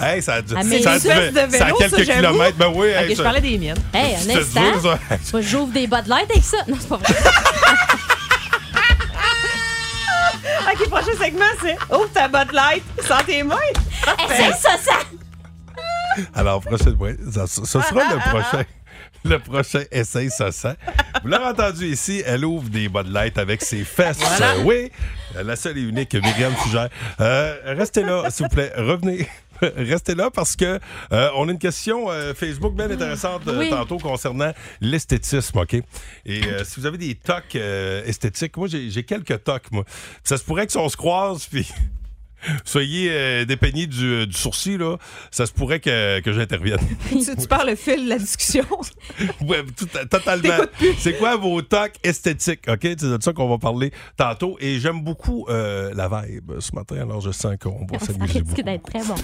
S4: Hey, ça a du-
S12: Ah, mais
S4: ça a
S12: les
S4: du-
S12: fesses de
S4: ça a
S12: vélo,
S4: quelques
S12: ça, j'avoue.
S4: kilomètres. Ben oui,
S12: Ok,
S4: hey,
S12: je
S4: ça-
S12: parlais des miennes.
S8: Hey, un
S4: C'était dur,
S8: instant.
S4: ça.
S8: Moi, J'ouvre des bas de light avec ça. Non, c'est pas vrai.
S12: ok, prochain segment, c'est Ouvre ta botte light sans tes mains.
S8: Essaye ça, ça!
S4: Alors, prochaine, ouais, ça, ça- ce sera le prochain. Le prochain essai, ça sent. Vous l'avez entendu ici, elle ouvre des bas de light avec ses fesses.
S11: Voilà.
S4: Euh, oui, la seule et unique Myriam Fugère. Euh, restez là, s'il vous plaît. Revenez. Restez là parce que euh, on a une question euh, Facebook bien intéressante euh,
S11: Oui.
S4: tantôt concernant l'esthétisme, OK? Et euh, si vous avez des tocs euh, esthétiques, moi j'ai j'ai quelques tocs, moi. Ça se pourrait que si on se croise, puis Soyez euh, dépeigné du, du sourcil, là. Ça se pourrait que, que j'intervienne.
S12: tu, tu perds le fil de la discussion.
S4: Ouais, tout- totalement. C'est quoi vos tocs esthétiques? OK? C'est de ça qu'on va parler tantôt. Et j'aime beaucoup euh, la vibe ce matin. Alors, je sens qu'on
S8: Ah,
S4: va
S7: Ça
S4: s'amuser beaucoup.
S7: risque d'être très bon.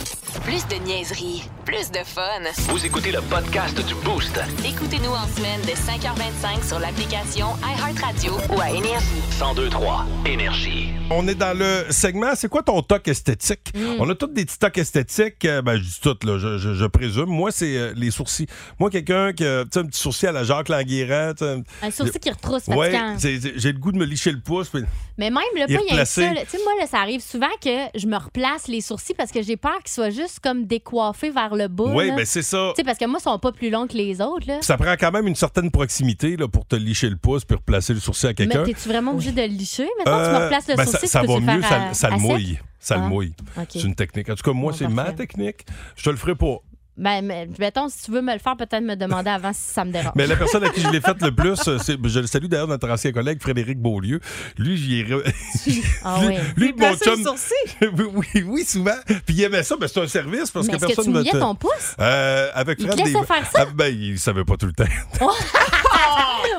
S7: Plus de niaiserie, plus de fun.
S13: Vous écoutez le podcast du Boost.
S7: Écoutez-nous en semaine de 5h25 sur l'application iHeartRadio ou à Énergie.
S13: 1023 Énergie.
S4: On est dans le segment. C'est quoi ton toc esthétique?
S8: Mm.
S4: On a tous des petits tocs esthétiques. Euh, ben, je dis tout, là, je, je- je présume. Moi, c'est euh, les sourcils. Moi, quelqu'un qui a tu sais, un petit sourcil à la Jacques Languéran. tu sais,
S8: Un sourcil qui retrousse,
S4: Ouais,
S8: fatigant.
S4: c'est- c'est- j'ai le goût de me licher le pouce. puis-
S8: Mais même, là,
S4: Il est
S8: pas rien que
S4: replacé.
S8: ça. là. Tu sais, moi, là, ça arrive souvent que je me replace les sourcils parce que j'ai peur qu'ils soient juste comme décoiffés vers le bas.
S4: Oui,
S8: là.
S4: ben, c'est ça.
S8: Tu sais, parce que moi, ils sont pas plus longs que les autres, là.
S4: Ça prend quand même une certaine proximité là, pour te licher le pouce puis replacer le sourcil à
S8: Mais
S4: quelqu'un.
S8: t'es-tu vraiment obligé de le licher? Maintenant, tu me
S4: Euh,
S8: replaces le
S4: ben,
S8: sourcil,
S4: ça,
S8: tu
S4: ça
S8: peux-tu
S4: va
S8: le faire
S4: mieux, ça,
S8: à-
S4: ça
S8: à
S4: le
S8: sec?
S4: mouille. Ça le
S8: Ah,
S4: mouille.
S8: ok.
S4: C'est une technique. En tout cas, moi,
S8: Bon,
S4: c'est ma technique. Je te le ferai pas.
S8: Ben, mais, mettons, si tu veux me le faire, peut-être me demander avant si ça me dérange.
S4: Mais la personne à qui je l'ai faite le plus, euh, c'est- je le salue d'ailleurs, notre ancien collègue Frédéric Beaulieu. Lui, j'y ai. re-
S8: Ah
S4: lui,
S8: ouais.
S4: lui, mon
S12: Placer le
S4: chum.
S12: sourcil.
S4: oui, oui, oui, souvent. Puis il aimait ça, mais c'est un service parce
S8: Mais
S4: que
S8: est-ce que
S4: personne
S8: tu
S4: ne
S8: mouillais
S4: te-
S8: ton pouce?
S4: Euh, avec
S8: Il te
S4: Fred,
S8: laissait
S4: des-
S8: faire ça?
S4: Ah, ben, il savait pas tout le temps.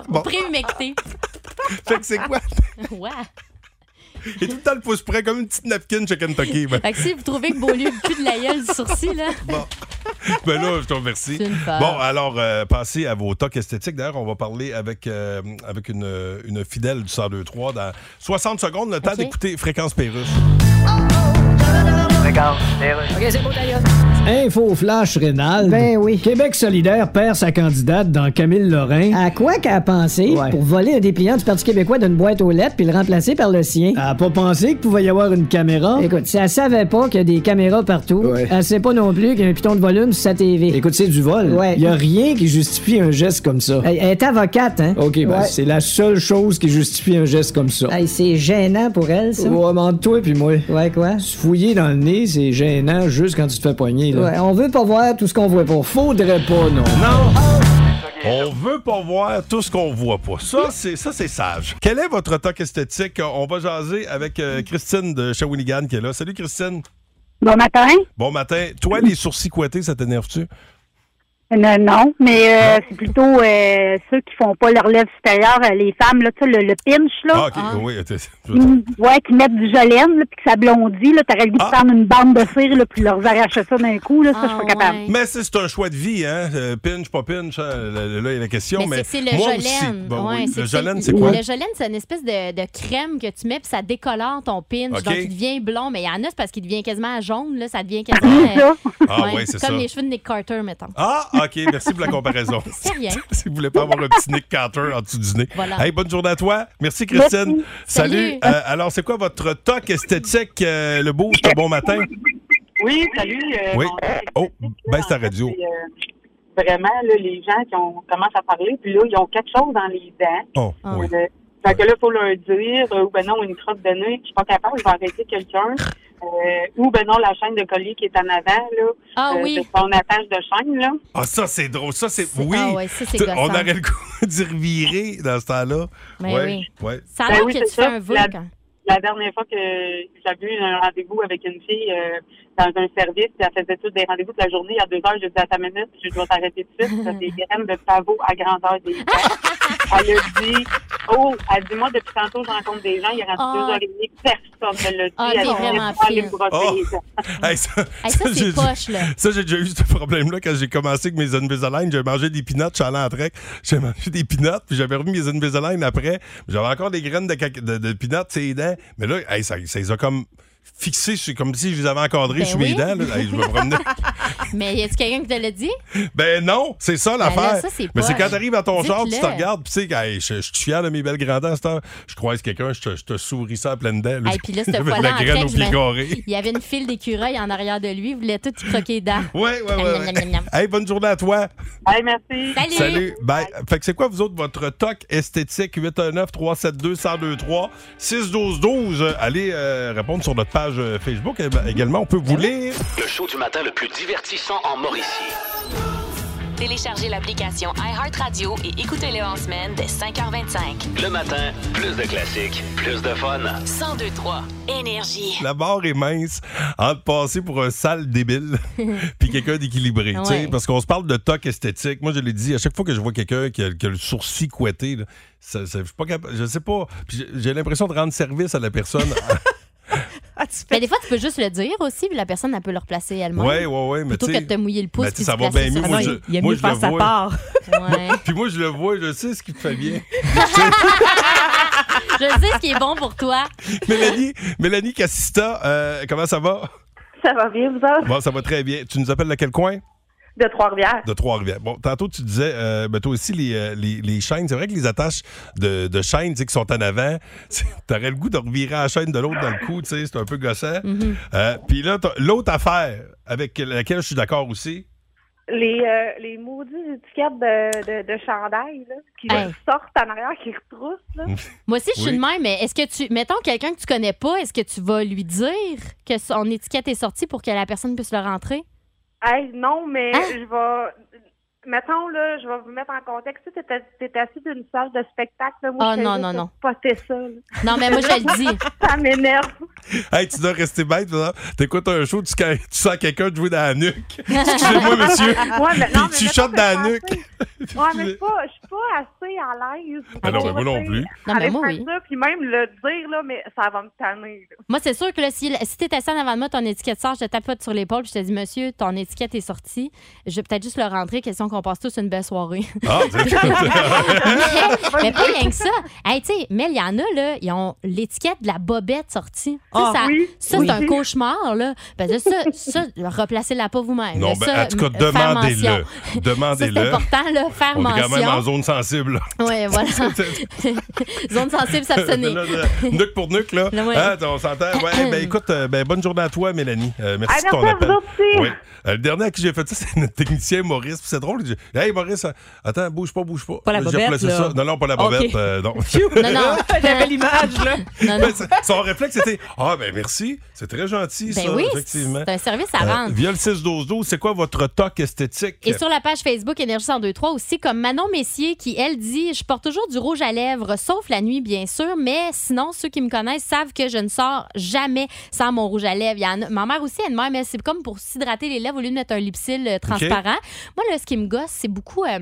S4: Bon.
S8: Préhumecté.
S4: fait que c'est quoi?
S8: Ouais.
S4: Et tout le temps le pouce près, comme une petite napkin chez Kentucky. Ben,
S8: Fait que si vous trouvez que Beaulieu le cul de la gueule du sourcil, là.
S4: ben là, je te remercie.
S8: C'est une peur.
S4: Bon, alors, euh, passez à vos tocs esthétiques. D'ailleurs, on va parler avec, euh, avec une, une fidèle du 102.3 dans 60 secondes, le temps d'écouter Fréquence Pérusse.
S6: Ok, c'est bon, d'ailleurs.
S5: Info flash rénal. Ben oui. Québec solidaire perd sa candidate dans Camille Lorrain.
S6: À quoi qu'elle a pensé pour voler un dépliant du Parti québécois d'une boîte aux lettres puis le remplacer par le sien?
S5: Elle a pas pensé qu'il pouvait y avoir une caméra.
S6: Écoute, si elle savait pas qu'il y a des caméras partout, elle sait pas non plus qu'il y a un piton de volume sur sa TV.
S5: Écoute, c'est du vol.
S6: Ouais.
S5: Y a rien qui justifie un geste comme ça.
S6: Elle, elle est avocate, hein?
S5: OK, ben,
S6: Ouais.
S5: c'est la seule chose qui justifie un geste comme ça.
S6: Hey, c'est gênant pour elle, ça.
S5: Ouais, mais entre toi puis moi.
S6: Ouais, quoi?
S5: Se fouiller dans le nez, c'est gênant juste quand tu te fais poigner, là.
S6: Ouais, on veut pas voir tout ce qu'on voit pas.
S5: Faudrait pas, non.
S4: Non! On veut pas voir tout ce qu'on voit pas. Ça, c'est ça, c'est sage. Quel est votre toc esthétique? On va jaser avec euh, Christine de Shawinigan qui est là. Salut Christine.
S15: Bon matin.
S4: Bon matin. Toi, les sourcils couettés, ça t'énerve-tu?
S15: Non, non, mais euh, c'est plutôt euh, ceux qui font pas leur lèvre supérieure, euh, les femmes, là, tu sais, le, le pinch, là.
S4: Ah, ok. Oui, t'es-
S15: Mm, ouais, qui mettent du gelène, là, puis que ça blondit, là, t'aurais le goût
S4: Ah.
S15: de prendre une bande de cire, là, puis leur arracher ça d'un coup, là, ça, je
S8: Ah,
S15: suis pas capable.
S4: Mais c'est c'est un choix de vie, hein? Euh, pinch, pas pinch, hein? là, là, il y a la question.
S8: Mais
S4: Mais,
S8: c'est que c'est le
S4: moi
S8: Jolene.
S4: aussi. Bon,
S8: Ouais,
S4: oui,
S8: que
S4: Le Jolene, c'est quoi?
S8: Le Jolene, c'est une espèce de, de crème que tu mets, puis ça décolore ton pinch.
S4: OK.
S8: Donc, il devient blond. Mais il y en a, c'est parce qu'il devient quasiment jaune. Là, ça devient quasiment.
S4: Ah, ouais, c'est
S8: Comme
S4: ça.
S8: les cheveux de Nick Carter, mettons.
S4: Ah, OK, merci pour la comparaison.
S8: C'est rien.
S4: si vous voulez pas avoir un petit Nick Carter en dessous du nez.
S8: Voilà.
S4: Hey, bonne journée à toi. Merci, Christine.
S15: Merci.
S4: Salut.
S15: Salut.
S4: Euh, alors, c'est quoi votre toc esthétique, euh, le beau, c'est un bon matin?
S16: Oui, salut. euh,
S4: Oui.
S16: mon nom, c'est-
S4: Oh, baisse ta radio.
S16: euh, vraiment, là, les gens qui ont commencent à parler, puis là, ils ont quelque chose dans les dents.
S4: Oh,
S8: Ah.
S16: Euh,
S4: oui.
S16: fait que là, il faut leur dire, euh, ou ben non, une crotte de nez, je suis pas capable, je vais arrêter quelqu'un. Euh, ou ben non, la chaîne de collier qui est en avant, là.
S8: Ah
S16: euh,
S8: oui.
S16: de Son attache de chaîne, là.
S4: Ah, ça, c'est drôle. Ça, c'est. Oui.
S8: ah ouais, ça, c'est
S4: Tu- On
S8: gossant.
S4: aurait le goût d'y revirer dans ce temps-là.
S8: Ben
S4: Ouais,
S8: oui.
S4: ouais.
S8: Ça a
S16: Ben
S8: l'air
S16: oui,
S8: que tu
S16: c'est
S8: fais
S16: ça.
S8: un vol
S16: La-
S8: quand.
S16: La dernière fois que j'avais eu un rendez-vous avec une fille euh, dans un service, puis elle faisait tous des rendez-vous de la journée. À deux heures, je dis à ta minute, je dois t'arrêter tout de suite. T'as des graines de pavot à grandeur des dents. Elle a dit, oh, elle dit, moi, depuis tantôt, je rencontre des gens, il est rendu
S8: Ah.
S16: deux heures et demie, personne ne l'a dit.
S8: Ah,
S16: elle
S8: t'es
S16: dit,
S8: vraiment
S16: Laisse-moi aller
S8: fine.
S16: me brosser
S4: Oh.
S16: les dents.
S4: Hey, ça,
S8: Hey, ça, c'est
S4: j'ai-
S8: poche, là.
S4: Ça, j'ai déjà eu ce problème-là quand j'ai commencé avec mes Invisalign. J'ai mangé des peanuts, je suis allé en trek. J'ai mangé des peanuts, puis j'avais remis mes Invisalign après. J'avais encore des graines de, caca- de, de peanuts sur les dents. Mais là, hey, ça, ça les a comme fixés, sur- comme si je les avais encadrés
S8: Ben
S4: sur
S8: oui.
S4: mes dents. là. Hey, je me promenais.
S8: Mais y a-tu quelqu'un qui te l'a dit?
S4: ben non, c'est ça l'affaire.
S8: là, ça, c'est
S4: Mais c'est
S8: poche.
S4: quand t'arrives à ton
S8: Dites-le.
S4: genre, tu te regardes, puis tu sais, que, hey, je, je suis fier de mes belles grandes dents. c'est un- Je croise quelqu'un, je te, je te souris ça à pleine dents.
S8: Et puis là, cette
S4: J'avais de
S8: fois-là,
S4: la
S8: en
S4: graine
S8: fait,
S4: au
S8: je
S4: pied
S8: me-
S4: carré.
S8: il y avait une file d'écureuil en arrière de lui. Il voulait tout y croquer dedans.
S4: Ouais, ouais, ouais.
S8: Miam, miam, miam,
S4: ouais.
S8: miam.
S4: Hey, bonne journée à toi.
S16: Hey, merci.
S8: Salut.
S4: Salut. Bye. Fait que c'est quoi, vous autres, votre toc esthétique 819-372-1023 612-12? Allez euh, répondre sur notre page euh, Facebook Eh ben, également. On peut vous lire.
S13: Le show du matin le plus divertissant en Mauricie.
S7: Téléchargez l'application iHeartRadio et écoutez-le en semaine dès 5h25.
S13: Le matin, plus de classiques, plus de fun.
S7: 1023 Énergie.
S4: La barre est mince entre passer pour un sale débile puis quelqu'un d'équilibré. tu sais,
S7: Ouais.
S4: Parce qu'on se parle de toc esthétique. Moi, je l'ai dit, à chaque fois que je vois quelqu'un qui, a- qui a le sourcil couetté, là, ça- ça- je suis pas capable. Je sais pas. Puis j'ai- J'ai l'impression de rendre service à la personne.
S8: Mais Ben, des fois, Ah, tu peux juste le dire aussi, puis la personne, elle peut le replacer elle-même.
S4: Ouais, ouais, ouais, mais
S8: Plutôt
S4: tu
S8: que
S4: sais-
S8: de te mouiller le pouce.
S4: Ben, tu sais,
S8: puis
S4: ça
S8: de
S4: va
S8: placer
S4: bien mieux.
S8: ça
S4: Moi,
S8: dans-
S4: je, moi, je le vois.
S8: Ouais.
S4: Puis moi, je le vois, je sais ce qui te fait bien.
S8: Je sais ce qui est bon pour toi.
S4: Mélanie, Mélanie Cassista, euh, comment ça va?
S17: Ça va bien, vous autres?
S4: Bon, ça va très bien. Tu nous appelles de quel coin?
S17: De Trois-Rivières.
S4: De Trois-Rivières. Bon, tantôt, tu disais, euh, ben, toi aussi, les, euh, les, les chaînes, c'est vrai que les attaches de, de chaînes tu sais, qui sont en avant, c'est- t'aurais le goût de revirer la chaîne de l'autre dans le cou, tu sais, c'est un peu gossant.
S17: Mhm.
S4: Euh, Puis là, t'as- l'autre affaire avec laquelle je suis d'accord aussi,
S17: Les, euh, les maudites étiquettes de, de, de chandail, là, qui
S8: Hey.
S17: sortent en arrière, qui retroussent, là.
S8: Moi aussi, je suis
S4: Oui.
S8: de même, mais est-ce que tu. Mettons quelqu'un que tu connais pas, est-ce que tu vas lui dire que son étiquette est sortie pour que la personne puisse le rentrer?
S17: Hey, non, mais
S8: Hein?
S17: je vais... Mettons, là, je vais vous mettre en contexte. Tu sais, t'es- t'es assis dans une salle de spectacle. là, Moi,
S8: Ah,
S17: je fais
S8: non,
S17: juste
S8: non, non.
S17: spotter ça. là.
S8: Non, mais moi, je le dis.
S17: ça m'énerve.
S4: hey, tu dois rester bête, par exemple. t'écoutes un show, tu, ca- tu sens quelqu'un te jouer dans la nuque. Excusez-moi, monsieur.
S17: Ouais, mais
S4: Puis
S17: non, mais
S4: tu
S17: mettons
S4: shootes
S17: que
S4: dans la
S17: je
S4: nuque.
S17: Ouais, mais je suis pas- je suis pas assez à l'aise.
S4: Ah non, mais moi non
S17: Tu sais,
S4: plus.
S8: Non, mais
S17: aller
S8: moi,
S17: faire
S8: oui.
S17: ça, puis même le dire, là, mais ça va me tanner. là.
S8: Moi, c'est sûr que là, si, si t'es assis en avant de moi, ton étiquette sort, je te tape sur l'épaule, puis je te dis, monsieur, ton étiquette est sortie. Je vais peut-être juste le rentrer, question qu'on passe tous une belle soirée.
S4: Ah,
S8: mais, mais pas rien que ça. Hey, tu sais, mais il y en a, là, ils ont l'étiquette de la bobette sortie. Tu sais,
S12: Ah,
S8: ça,
S12: oui,
S8: ça,
S12: oui.
S8: c'est un cauchemar, là. Parce que ça, ça, replacez-la pas vous-même.
S4: Non,
S8: mais
S4: ben,
S8: ça,
S4: en tout cas,
S8: m- faire mention.
S4: demandez-le.
S8: Ça,
S4: Demandez-le.
S8: C'est important, là, faire
S4: On est
S8: mention.
S4: quand même en zone sensible. là.
S8: Oui, voilà. Zone sensible s'abstenir.
S4: Là, là, nuque pour nuque, là.
S8: Là, ouais.
S4: Hein, on s'entend. Ouais, ben écoute, euh, ben, bonne journée à toi, Mélanie. Euh, merci
S17: Ah,
S4: de ton
S17: merci à
S4: appel.
S17: vous aussi.
S4: Oui. Euh, le dernier à qui j'ai fait ça, c'est notre technicien Maurice. Puis C'est drôle. j'ai- Hey, Maurice, euh, attends, bouge pas, bouge pas.
S12: Pas la
S4: J'ai
S12: bobette,
S4: replacé
S12: là.
S4: ça. Non, non, pas la
S12: Ok.
S4: bobette. euh, non.
S12: Non, non. J'avais l'image, là.
S8: Non,
S4: Ben, c'est- son réflexe était Ah, ben merci, c'est très gentil,
S8: Ben
S4: ça,
S8: oui,
S4: effectivement. Euh,
S8: c'est un service à rendre.
S4: via le 6-12-12, c'est quoi votre toc esthétique?
S8: Et sur la page Facebook Énergie 1023 aussi, comme Manon Messier qui, elle, dit Je porte toujours du rouge à lèvres, sauf la nuit, bien sûr, mais sinon, ceux qui me connaissent savent que je ne sors jamais sans mon rouge à lèvres. Il y en a- Ma mère aussi, elle même, c'est comme pour s'hydrater les lèvres au lieu de mettre un lipsil euh, transparent. Moi, là, ce qui me gosse, c'est beaucoup. euh,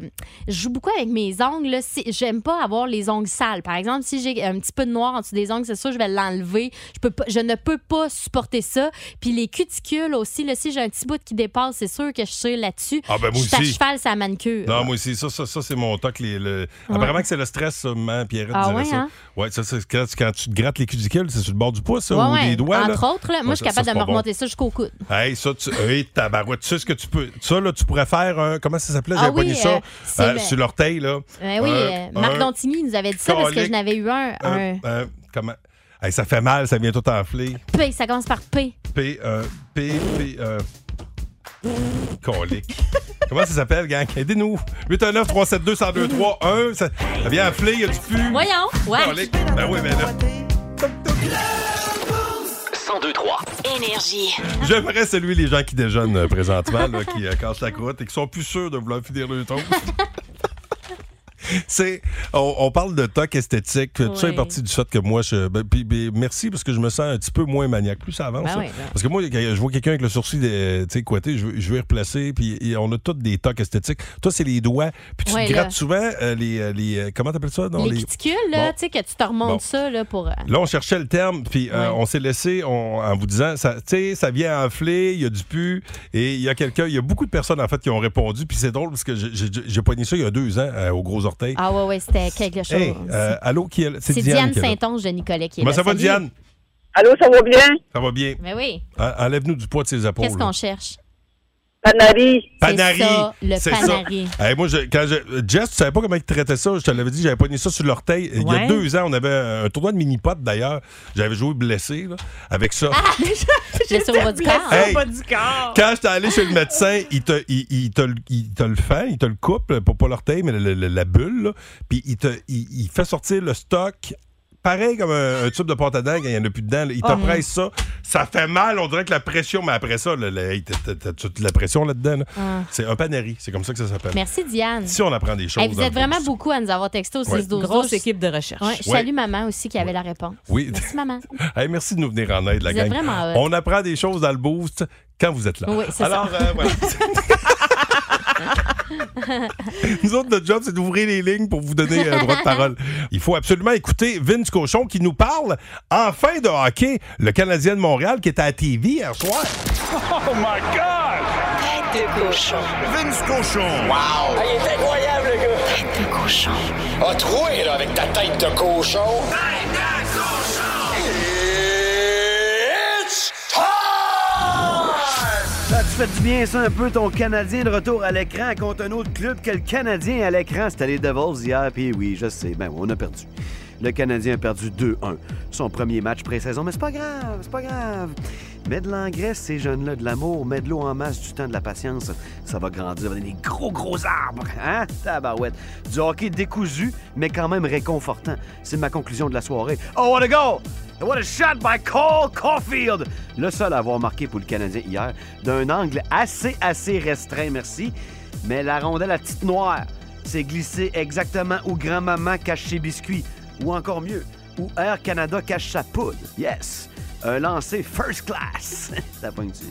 S8: je joue beaucoup avec mes ongles. là. Si- J'aime pas avoir les ongles sales. Par exemple, si j'ai un petit peu de noir en dessous des ongles, c'est sûr, je vais l'enlever. Je, peux pas- je ne peux pas supporter ça. Puis les cuticules aussi, là, si j'ai un petit bout qui dépasse, c'est sûr que je tire là-dessus.
S4: Ah, ben, moi
S8: je suis à
S4: aussi.
S8: cheval, ça manucure.
S4: Non, moi aussi, ça, ça, ça c'est mon toc. les- le-
S8: Euh, Ah Ouais.
S4: Apparemment que c'est le stress, ça, maman Pierrette
S8: Ah
S4: dirait
S8: ouais,
S4: ça.
S8: hein?
S4: Ouais, ça, c'est quand, tu- quand tu te grattes les cuticules, c'est sur le bord du poids, ça,
S8: Ouais,
S4: ou
S8: ouais.
S4: des doigts.
S8: Entre
S4: là.
S8: autres, là,
S4: Ouais,
S8: moi, je suis
S4: ça,
S8: capable
S4: ça,
S8: de
S4: c'est
S8: me
S4: pas bon.
S8: remonter ça jusqu'au coude.
S4: Hey, ça, tu. Hey, tabarouette, tu sais ce que tu peux. Ça, là, tu pourrais faire un. Comment ça s'appelait?
S8: Ah
S4: J'avais
S8: oui,
S4: pogné ça
S8: euh, c'est le-
S4: sur l'orteil, là.
S8: Ben oui,
S4: Un-
S8: euh, Marc
S4: un-
S8: Dontigny nous avait dit ça parce que
S4: colique.
S8: je n'avais eu un. un...
S4: un- un- Comment? Hey, ça fait mal, ça vient tout enflé.
S8: P, ça commence par P.
S4: P, euh, P, P, euh, colique. Comment ça s'appelle, gang? Aidez-nous. 819 372 1023 1 ça, ça vient affler, il y a du pu.
S8: Voyons, ouais.
S4: Colique. Ben oui, ben là.
S13: 1023
S7: Énergie.
S4: J'aimerais saluer les gens qui déjeunent euh, présentement, là, qui euh, cachent la croûte et qui sont plus sûrs de vouloir finir le toast. C'est, on, on parle de toc esthétique. Tout ça est
S18: Ouais.
S4: parti du fait que moi, je, ben, puis- puis merci parce que je me sens un petit peu moins maniaque. Plus ça avance,
S18: Ben
S4: là.
S18: ouais, ben.
S4: parce que moi, quand je vois quelqu'un avec le sourcil euh, tu sais, couetté, je, veux- je vais replacer. Puis et on a tous des tocs esthétiques. Toi, c'est les doigts. Puis tu
S8: Ouais,
S4: te
S8: là.
S4: grattes souvent euh, les, euh, les, euh, comment t'appelles ça non,
S8: les, cuticules, là,
S4: Bon.
S8: tu sais, que tu te remontes
S4: Bon.
S8: ça là, pour. euh,
S4: Là, on cherchait le terme, puis euh,
S8: Ouais.
S4: on s'est laissé on- en vous disant, ça, tu sais, ça vient enfler, il y a du pu, et il y a quelqu'un, il y a beaucoup de personnes, en fait, qui ont répondu, puis c'est drôle, parce que j'ai- j'ai j'ai pogné ça il y a deux ans, euh, au gros orteil.
S8: Ah ouais, ouais, c'était quelque chose.
S4: Hey, euh, allô, qui est là?
S8: C'est Diane,
S4: qui est là.
S8: Saint-Onge de Nicolet qui est
S4: Comment
S8: là.
S4: ça va,
S8: Salut.
S4: Diane?
S19: Allô, ça va bien?
S4: Ça va bien.
S8: Mais oui,
S4: En- Enlève-nous du poids de ses épaules.
S8: qu'est-ce
S4: là.
S8: qu'on cherche?
S19: Panari.
S4: Panari.
S8: C'est ça, le
S4: C'est
S8: panari.
S4: ça. Hey, moi, je- quand je- Jess, tu savais pas comment il traitait ça. Je te l'avais dit, j'avais pogné ça sur l'orteil. Il y a
S8: Ouais.
S4: deux ans, on avait un tournoi de mini-pot, d'ailleurs. J'avais joué blessé, là, avec ça.
S8: Ah, Blessure au bas du corps.
S4: Hey.
S12: Pas du corps.
S4: Quand j'étais allé chez le médecin, il te, il, il te, le- il te le fait, il te le coupe, pas, pas l'orteil, mais le- le- la bulle, là. puis il, te, il, il fait sortir le stock pareil comme un, un tube de pâte à dents quand il n'y en a plus dedans. là. Il te
S12: Oh.
S4: presse ça. Ça fait mal, on dirait que la pression, mais après ça, là, là, hey, t'as- t'as- t'as toute la pression là-dedans. là.
S8: Ah.
S4: C'est un panari, c'est comme ça que ça s'appelle.
S8: Merci, Diane.
S4: Ben. Si on apprend des choses.
S8: Hey, vous
S4: dans
S8: êtes
S4: le fond.
S8: vraiment beaucoup à nous avoir texté au
S4: Ouais.
S8: 6 12
S4: Grosse
S12: équipe de recherche.
S8: Ouais, je
S4: Ouais.
S8: salue maman aussi qui avait la réponse.
S4: Oui.
S8: Merci, maman.
S4: Hey, merci de nous venir en aide, la
S8: Vous êtes
S4: gang.
S8: vraiment hot.
S4: On apprend des choses dans le boost quand vous êtes là.
S8: Oui, c'est ça.
S4: Alors, euh, voilà. Nous autres, notre job, c'est d'ouvrir les lignes pour vous donner un droit de parole. Il faut absolument écouter Vince Cochon qui nous parle enfin de hockey, le Canadien de Montréal qui était à la TV hier soir.
S18: Oh my God! Tête de cochon. Vince cochon. Wow! Ah, il est incroyable, le gars. Tête de cochon. A troué, là, avec ta tête de cochon. Tête de cochon! It's
S20: Ça te fait du bien, ça, un peu, ton Canadien de retour à l'écran contre un autre club que le Canadien à l'écran. C'était les Devils hier, puis oui, je sais, ben on a perdu. Le Canadien a perdu 2-1. Son premier match pré-saison, mais c'est pas grave, c'est pas grave. Mets de l'engrais, ces jeunes-là, de l'amour, mets de l'eau en masse, du temps, de la patience. Ça va grandir, va donner des gros, gros arbres, hein? Tabarouette. Du hockey décousu, mais quand même réconfortant. C'est ma conclusion de la soirée. Oh, what a goal! And what a shot by Cole Caulfield! Le seul à avoir marqué pour le Canadien hier, d'un angle assez, assez restreint, merci. Mais la rondelle à petite noire s'est glissée exactement où grand-maman cache ses biscuits. Ou encore mieux, où Air Canada cache sa poudre. Yes! Un lancer first class! Ça pointe-tu?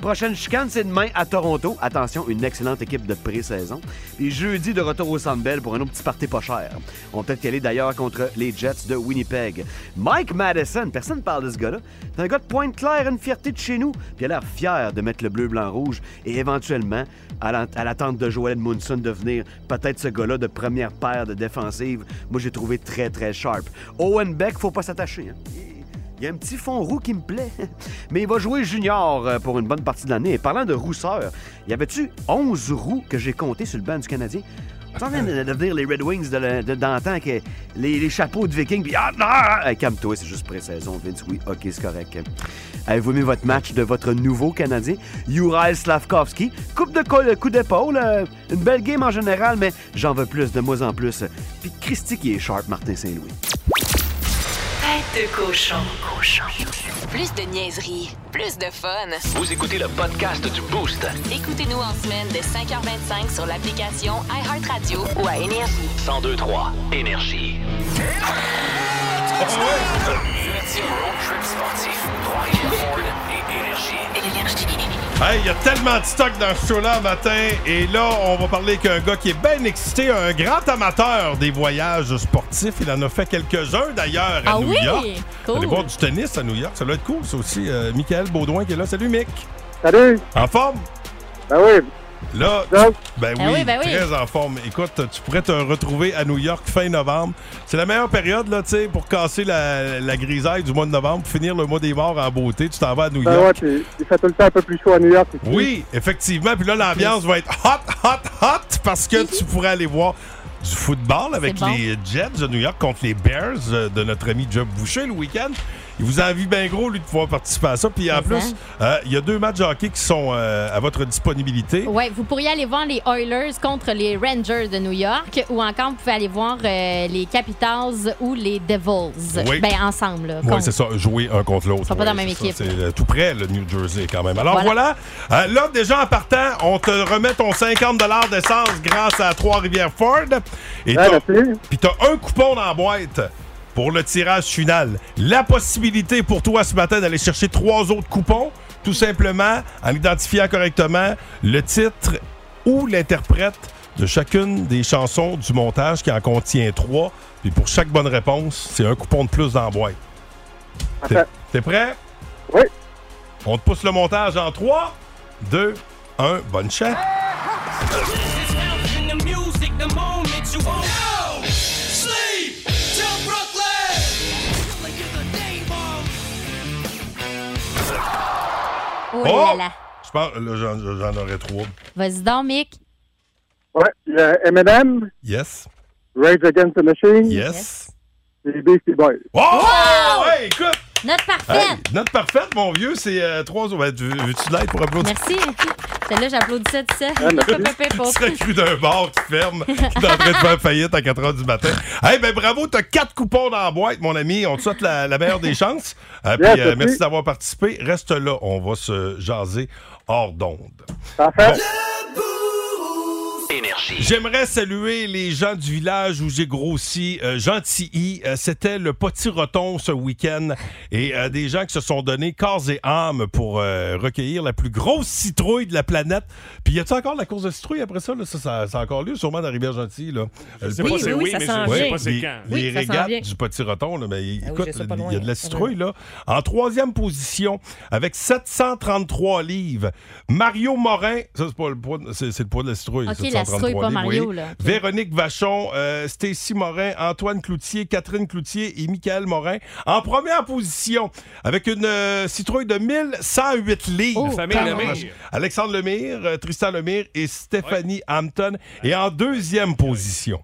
S20: Prochaine chicane, c'est demain à Toronto. Attention, une excellente équipe de pré-saison. Et jeudi, de retour au Centre Bell pour un autre petit party pas cher. On va peut-être y aller d'ailleurs contre les Jets de Winnipeg. Mike Madison, personne ne parle de ce gars-là. C'est un gars de Pointe-Claire, une fierté de chez nous. Puis il a l'air fier de mettre le bleu, blanc, rouge. Et éventuellement, à l'ent- à l'attente de Joel Munson devenir peut-être ce gars-là de première paire de défensive, moi, j'ai trouvé très, très sharp. Owen Beck, faut pas s'attacher. hein. Il y a un petit fond roux qui me plaît. Mais il va jouer junior euh, pour une bonne partie de l'année. Et parlant de rousseur, y avait-tu 11 roux que j'ai compté sur le banc du Canadien? On s'en vient de devenir les Red Wings de le- de- d'antan, que les, les chapeaux de Vikings. Puis, ah, non! Ah, calme-toi, c'est juste pré-saison, Vince. Oui, OK, c'est correct. Avez-vous mis votre match de votre nouveau Canadien, Uri Slavkovski? Coupe de co- coup d'épaule, euh, une belle game en général, mais j'en veux plus, de moins en plus. Puis Christy qui est sharp, Martin Saint-Louis.
S7: Tête de cochon. Plus de niaiserie, plus de fun.
S13: Vous écoutez le podcast du Boost.
S7: Écoutez-nous en semaine de 5h25 sur l'application iHeartRadio ou à Énergie.
S13: 1023 Énergie. Multi road trip sportif. Drive Ford et Énergie.
S4: Hey, il y a tellement de stock dans ce show-là le matin. Et là, on va parler avec un gars qui est bien excité, un grand amateur des voyages sportifs. Il en a fait quelques-uns d'ailleurs à
S8: Ah
S4: New
S8: oui?
S4: York.
S8: Cool.
S4: Allez voir du tennis à New York. Ça doit être cool, ça aussi. Euh, Michael Baudouin qui est là. Salut, Mick. Salut. En forme? Ben oui. Là, ben oui,
S8: Ben oui, ben oui.
S4: très en forme. Écoute, tu pourrais te retrouver à New York fin novembre. C'est la meilleure période là, tu sais, pour casser la, la grisaille du mois de novembre, pour finir le mois des morts en beauté. Tu t'en vas à New
S21: Ben
S4: York.
S21: ouais, puis il fait tout le temps un peu plus chaud à New York. ici.
S4: Oui, effectivement. Puis là, l'ambiance va être hot, hot, hot parce
S8: Mhm.
S4: que tu pourrais aller voir du football avec
S21: C'est bon.
S4: les Jets de New York contre les Bears euh, de notre ami Job Boucher le week-end. Il vous envie bien gros, lui, de pouvoir participer à ça. Puis en
S8: Mais
S4: plus, euh, il y a deux matchs de hockey qui sont euh, à votre disponibilité.
S8: Ouais, vous pourriez aller voir les Oilers contre les Rangers de New York ou encore vous pouvez aller voir euh, les Capitals ou les Devils.
S4: Oui.
S8: Ben ensemble. là,
S4: Oui,
S8: contre.
S4: c'est ça, jouer un contre l'autre.
S8: Ils sont pas dans la
S4: Ouais,
S8: même
S4: c'est ça,
S8: équipe.
S4: C'est euh, tout près, le New Jersey, quand même. Alors voilà, Euh, là, déjà en partant, on te remet ton 50 d'essence grâce à Trois-Rivières Ford. Et t'as- Puis t'as un coupon dans la boîte pour le tirage final. La possibilité pour toi ce matin d'aller chercher trois autres coupons, tout simplement en identifiant correctement le titre ou l'interprète de chacune des chansons du montage qui en contient trois. Puis pour chaque bonne réponse, c'est un coupon de plus dans la boîte. T'es- T'es prêt? Oui. On te pousse le montage en 3, 2, 1. Bonne chance.
S8: Oh là là.
S4: Je pense, là, j'en- j'en aurais trois.
S8: Vas-y donc, Mick.
S21: Ouais, il y a Eminem,
S4: Yes.
S21: Rage Against the Machine.
S4: Yes.
S21: et Les Beastie Boys.
S4: Oh!
S21: Wow!
S4: Hey, écoute!
S8: Note
S4: Hey,
S8: parfaite.
S4: ben, note parfaite, mon vieux, c'est euh, trois. Ouais, tu veux- Veux-tu de l'aide pour applaudir?
S8: Merci. Celle-là, j'applaudissais, tu sais.
S4: Ah, merci.
S8: Pépépépépop.
S4: Tu serais cru d'un bar qui ferme, qui est en train de faire faillite à 4 h du matin. Hey, ben bravo, t'as quatre coupons dans la boîte, mon ami. On te souhaite la, la meilleure des chances. Euh, puis,
S21: Yes,
S4: euh,
S21: merci.
S4: merci d'avoir participé. Reste là, on va se jaser hors d'onde. Bon. J'aimerais saluer les gens du village où j'ai grossi, euh, Gentilly. Euh, C'était le petit roton ce week-end et euh, des gens qui se sont donnés corps et âme pour euh, recueillir la plus grosse citrouille de la planète. Puis y a-t-il encore la course de citrouille après ça? là? Ça, ça, ça a encore lieu sûrement dans Rivière-Gentilly. là. Euh,
S1: sais
S4: le
S1: pas
S4: petit-
S1: c'est oui, Oui, mais ça s'en je sais vient. pas c'est
S4: Les-
S1: quand.
S4: Les
S1: Oui, ça s'en vient.
S4: régates du petit roton, là, mais
S1: Ah oui,
S4: écoute,
S1: j'ai ça pas
S4: il y a
S1: loin,
S4: de
S1: là.
S4: la citrouille. là. En troisième position, avec 733 livres, Mario Morin, ça c'est pas le poids, de- c'est c'est le poids de la citrouille.
S8: Ok, la
S4: 733
S8: citrouille, pas
S4: livres,
S8: Mario,
S4: oui.
S8: là. Ok.
S4: Véronique Vachon, euh, Stacy Morin, Antoine Cloutier, Catherine Cloutier et Michael Morin. En première position, avec une euh, citrouille de 1108 livres.
S8: Oh,
S1: La famille
S4: Pardon.
S1: Lemire.
S4: Alexandre Lemire, euh, Tristan Lemire et Stéphanie Hampton. Et en deuxième position,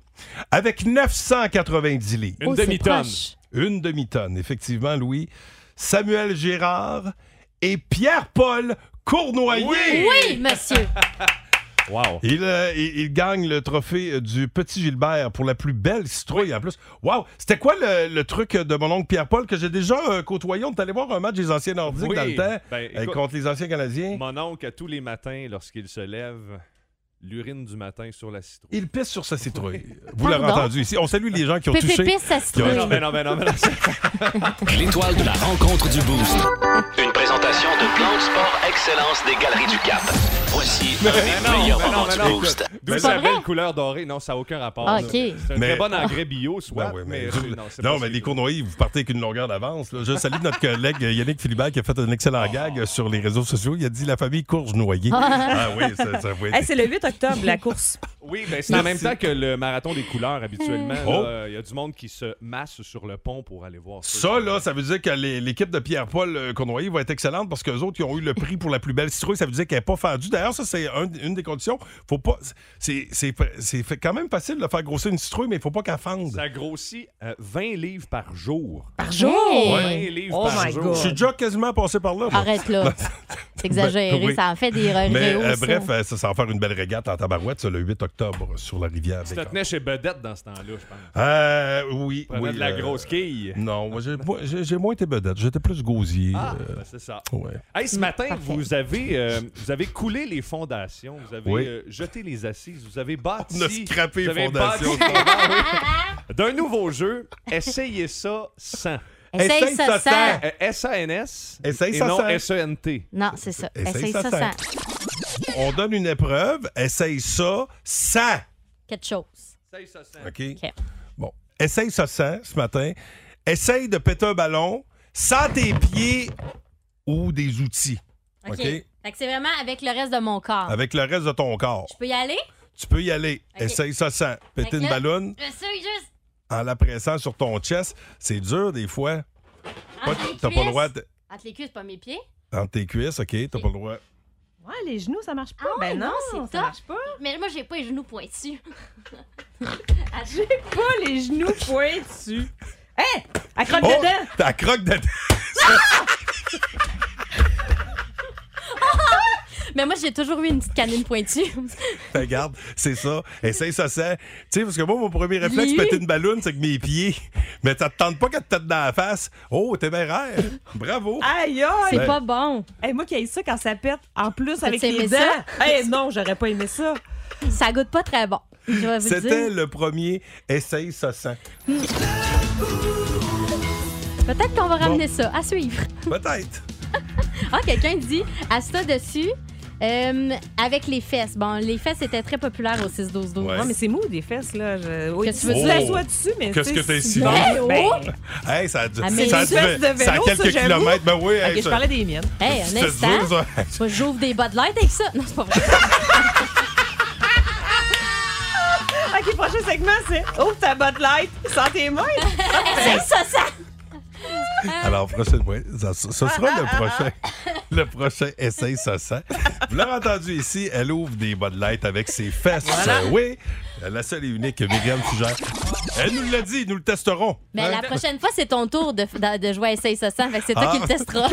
S4: avec 990 livres.
S1: Une Oh, c'est demi-tonne. proche.
S4: Une demi-tonne, effectivement, Louis. Samuel Gérard et Pierre-Paul Cournoyer.
S8: Oui, monsieur.
S1: Wow.
S4: Il, euh, il- il gagne le trophée euh, du Petit Gilbert pour la plus belle citrouille en plus. Wow! C'était quoi le, le truc euh, de mon oncle Pierre-Paul que j'ai déjà euh, côtoyé? On est allé voir un match des anciens nordiques
S1: Oui.
S4: dans le temps
S1: Ben,
S4: euh,
S1: écoute,
S4: contre les anciens Canadiens.
S1: Mon oncle, tous les matins, lorsqu'il se lève, l'urine du matin sur la citrouille.
S4: Il pisse sur sa citrouille. Vous l'avez
S1: Pardon?
S4: entendu ici. On salue les gens qui ont
S1: Pépé
S4: touché.
S1: pisse sa
S4: qui ont-
S1: citrouille. Non, mais non, mais non, mais non.
S13: L'étoile de la rencontre du Boost. Une présentation de Plan de Sport Excellence des Galeries du Cap. Voici un des meilleurs moments du Boost.
S1: D'où sa belle couleur dorée? Non, ça n'a aucun rapport.
S13: Ah,
S1: ça.
S13: ok.
S1: C'est un
S4: Mais-
S1: très bon engrais bio, soit.
S4: Ouais, mais-
S1: Ah, mais,
S4: Non,
S1: non, c'est
S4: mais,
S1: pas ça.
S4: les Cournoyers, vous partez avec une longueur d'avance. là. Je salue notre collègue euh, Yannick Philibert qui a fait un
S1: Oh.
S4: excellent gag euh, sur les réseaux sociaux. Il a dit la famille Courge-Noyer. ah oui, ça, ça va être-
S12: Hey, c'est le 8 octobre, la course.
S1: Oui, ben, c'est en même
S4: Merci.
S1: temps que le marathon des couleurs, habituellement. là, Il
S4: Oh.
S1: y a du monde qui se masse sur le pont pour aller voir ça.
S4: Ça, là, ça veut dire que les- l'équipe de Pierre-Paul euh, Cournoyer va être excellente parce qu'eux autres, ils ont eu le prix pour la plus belle citrouille. Ça veut dire qu'elle n'est pas fendue. D'ailleurs, ça, c'est un- une des conditions. Faut pas. C'est c'est- c'est fait quand même facile de faire grossir une citrouille, mais il ne faut pas qu'elle fende.
S1: Ça grossit euh, 20 livres par jour.
S8: Par jour?
S1: Ouais. 20 livres
S8: Oh
S1: par
S8: my
S1: jour.
S8: God.
S4: Je suis déjà quasiment passé par là. moi.
S8: Arrête là. C'est exagéré,
S4: Ben, oui.
S8: ça en fait des hein. re-
S4: Mais
S8: réos,
S4: euh,
S8: ça.
S4: bref, euh, ça, ça va faire une belle régate en tabarouette, ça, le 8 octobre, sur la rivière.
S1: Tu te
S4: Bécard.
S1: tenais chez Bedette dans ce temps-là, je pense.
S4: Euh, oui,
S1: Prenais
S4: oui,
S1: de la
S4: euh,
S1: grosse quille.
S4: Non, moi, j'ai- moi, j'ai j'ai moins été bedette. J'étais plus gosier.
S1: Ah,
S4: euh,
S1: ben, c'est ça.
S4: ouais.
S1: Hey, ce matin, vous avez, euh, vous avez coulé les fondations, vous avez
S4: Oui.
S1: euh, jeté les assises, vous avez bâti.
S4: On a scrappé
S1: vous
S4: les
S1: avez
S4: fondations.
S1: bâti le fondement, oui. D'un nouveau jeu, essayez ça sans.
S8: Essaye Essaye ça ça sans. sans.
S1: Euh, S-A-N-S.
S4: Essaye
S1: et
S4: ça
S1: non E
S4: sans.
S1: S-E-N-T.
S8: Non, c'est ça.
S4: Essaye
S8: Essaye
S4: ça,
S8: ça,
S4: ça.
S8: sans.
S4: On donne une épreuve, essaye ça, ça.
S8: Quelque chose.
S1: Essaye ça sans.
S4: OK? Bon. Essaye ça sans, ce matin. Essaye de péter un ballon sans tes pieds ou des outils.
S8: OK.
S4: OK?
S8: Fait que c'est vraiment avec le reste de mon corps.
S4: Avec le reste de ton corps.
S8: Je peux y aller?
S4: Tu peux y aller.
S8: OK.
S4: Essaye ça sans.
S8: Fait que
S4: Péter une
S8: là,
S4: ballonne
S8: J'essaye juste.
S4: en la pressant sur ton chest, c'est dur des fois. Pas-
S8: Entre les
S4: T'as pas le
S8: cuisses.
S4: droit de-
S8: Entre les cuisses, pas mes pieds.
S4: Entre tes cuisses, OK? T'as pas le droit.
S12: Ouais, les genoux, ça marche pas.
S8: Ah ouais,
S12: ben non, ça
S8: top.
S12: marche pas.
S8: Mais moi, j'ai pas les genoux pointus.
S12: J'ai pas les genoux pointus. Hé! Elle croque
S4: Oh!
S12: dedans!
S4: T'as croque dedans.
S8: Mais moi, j'ai toujours eu une petite canine pointue.
S4: Regarde, c'est ça. Essaye ça, ça. Tu sais, parce que moi, mon premier réflexe,
S8: l'ai eu.
S4: péter une ballonne, c'est que mes pieds. Mais ça te tente pas qu'elle te tête dans la face. Oh, t'es bien rare.
S1: Oh.
S4: Bravo.
S12: Aïe, aïe!
S4: C'est Ouais. pas
S8: bon.
S12: moi qui ai ça quand ça pète, en plus
S8: T'as
S12: avec
S8: aimé
S12: les dents.
S8: ça?
S12: Eh non, j'aurais pas aimé ça.
S8: ça goûte pas très bon. Je vais vous le
S4: C'était
S8: dire.
S4: le premier Essaye ça, ça.
S8: Peut-être qu'on va ramener ça. À suivre.
S4: Peut-être.
S8: Ah, quelqu'un dit Asta dessus. euh, avec les fesses. Bon, les fesses étaient très populaires au 6-12-12.
S12: Ouais. mais c'est mou des fesses, là. Je... Oui,
S8: Qu'est-ce que
S12: tu
S8: tu veux
S12: la
S4: dire?
S12: sois dessus, mais.
S4: Qu'est-ce
S12: tu sais,
S4: que t'as
S12: si-
S4: ici?
S12: Ben, ben,
S4: Hey, ça a dû.
S12: Ah, mais
S4: ça a
S12: les
S4: dû-
S12: fesses de
S4: ça a
S12: vélo, ça,
S4: quelques
S12: j'avoue.
S4: kilomètres. Ben oui, hey,
S12: Ok, je
S4: ça-
S12: parlais des miennes.
S8: Hey, un
S4: C'était
S8: instant.
S4: dur, ça.
S8: Moi, J'ouvre des bas de light avec ça. Non, c'est pas vrai.
S12: ok, prochain segment, c'est Ouvre ta botte light sans tes mains.
S8: C'est ça, ça.
S4: Alors, prochaine fois, ça, ça- ce sera le prochain, le prochain essai, ça sent. Vous l'avez entendu ici, elle ouvre des bas de light avec ses fesses. Euh, oui, la seule et unique Myriam Fugère. Elle nous l'a dit, nous le testerons.
S8: Mais Ben, la prochaine fois, c'est ton tour de, de, de jouer à Essaye ça sent. Fait que c'est
S4: Ah.
S8: toi qui le testeras.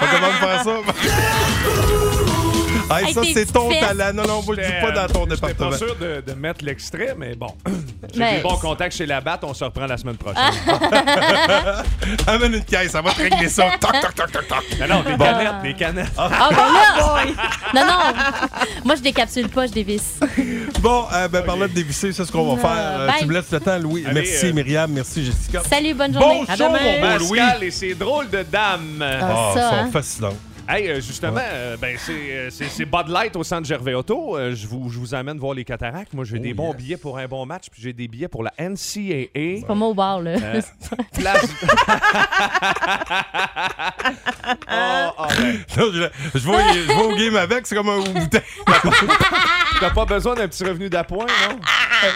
S4: On commence par ça. Hey,
S1: Hey,
S4: ça,
S1: tes
S4: c'est ton
S1: petites fesses.
S4: talent. Non, non, on le dis pas dans ton
S1: J'étais
S4: département.
S1: pas sûr de, de mettre l'extrait, mais bon. J'ai
S4: Mais-
S1: des bons contacts chez la batte, on se reprend la semaine prochaine.
S4: Amène une caisse, ça va te régler ça. Toc, toc, toc, toc, toc.
S8: Ben
S1: Non, non, des canettes, des canettes.
S8: Ah, ben là!
S12: Oh,
S8: non, non! Moi, je décapsule pas, je dévisse.
S4: Bon, euh, ben, parlant de dévisser, c'est ce qu'on va
S8: Euh,
S4: faire. Euh,
S8: bye.
S4: tu me laisses le temps, Louis.
S1: Allez,
S4: merci,
S1: euh,
S4: Myriam. Merci, Jessica.
S8: Salut, bonne journée.
S1: Bonjour,
S8: À demain.
S1: mon Pascal et ses drôles de dames.
S4: Ah, ils
S8: hein?
S4: sont fascinants.
S1: Hey, euh, justement, euh, ben, c'est, euh, c'est, c'est Bud Light au centre Gervais Auto. Euh, je, vous, je vous amène voir les cataractes. Moi,
S4: Oh,
S1: j'ai des bons billets pour un bon match, puis j'ai des billets pour la NCAA.
S8: Pas moi au bar, là.
S1: Euh, place- Ah, ah, ben,
S4: Non, je, je vais, je vais au game avec, c'est comme un bouteille.
S1: T'as pas besoin d'un petit revenu d'appoint, non?
S8: Ah,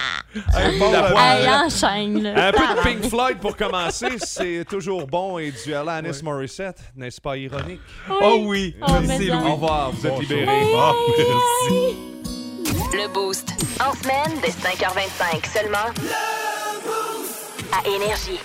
S4: Hey,
S1: bon,
S8: Elle
S1: euh,
S8: enchaîne, là.
S1: Un peu de Pink Floyd pour commencer, c'est toujours bon et du Alanis Morissette, n'est-ce pas ironique?
S4: Oui. Oh oui, Oh, merci, mais Louis.
S1: Au revoir, vous êtes
S4: Bonjour.
S1: libérés.
S4: Ah, merci.
S2: Le Boost. En semaine, dès 5h25 seulement. À Énergie.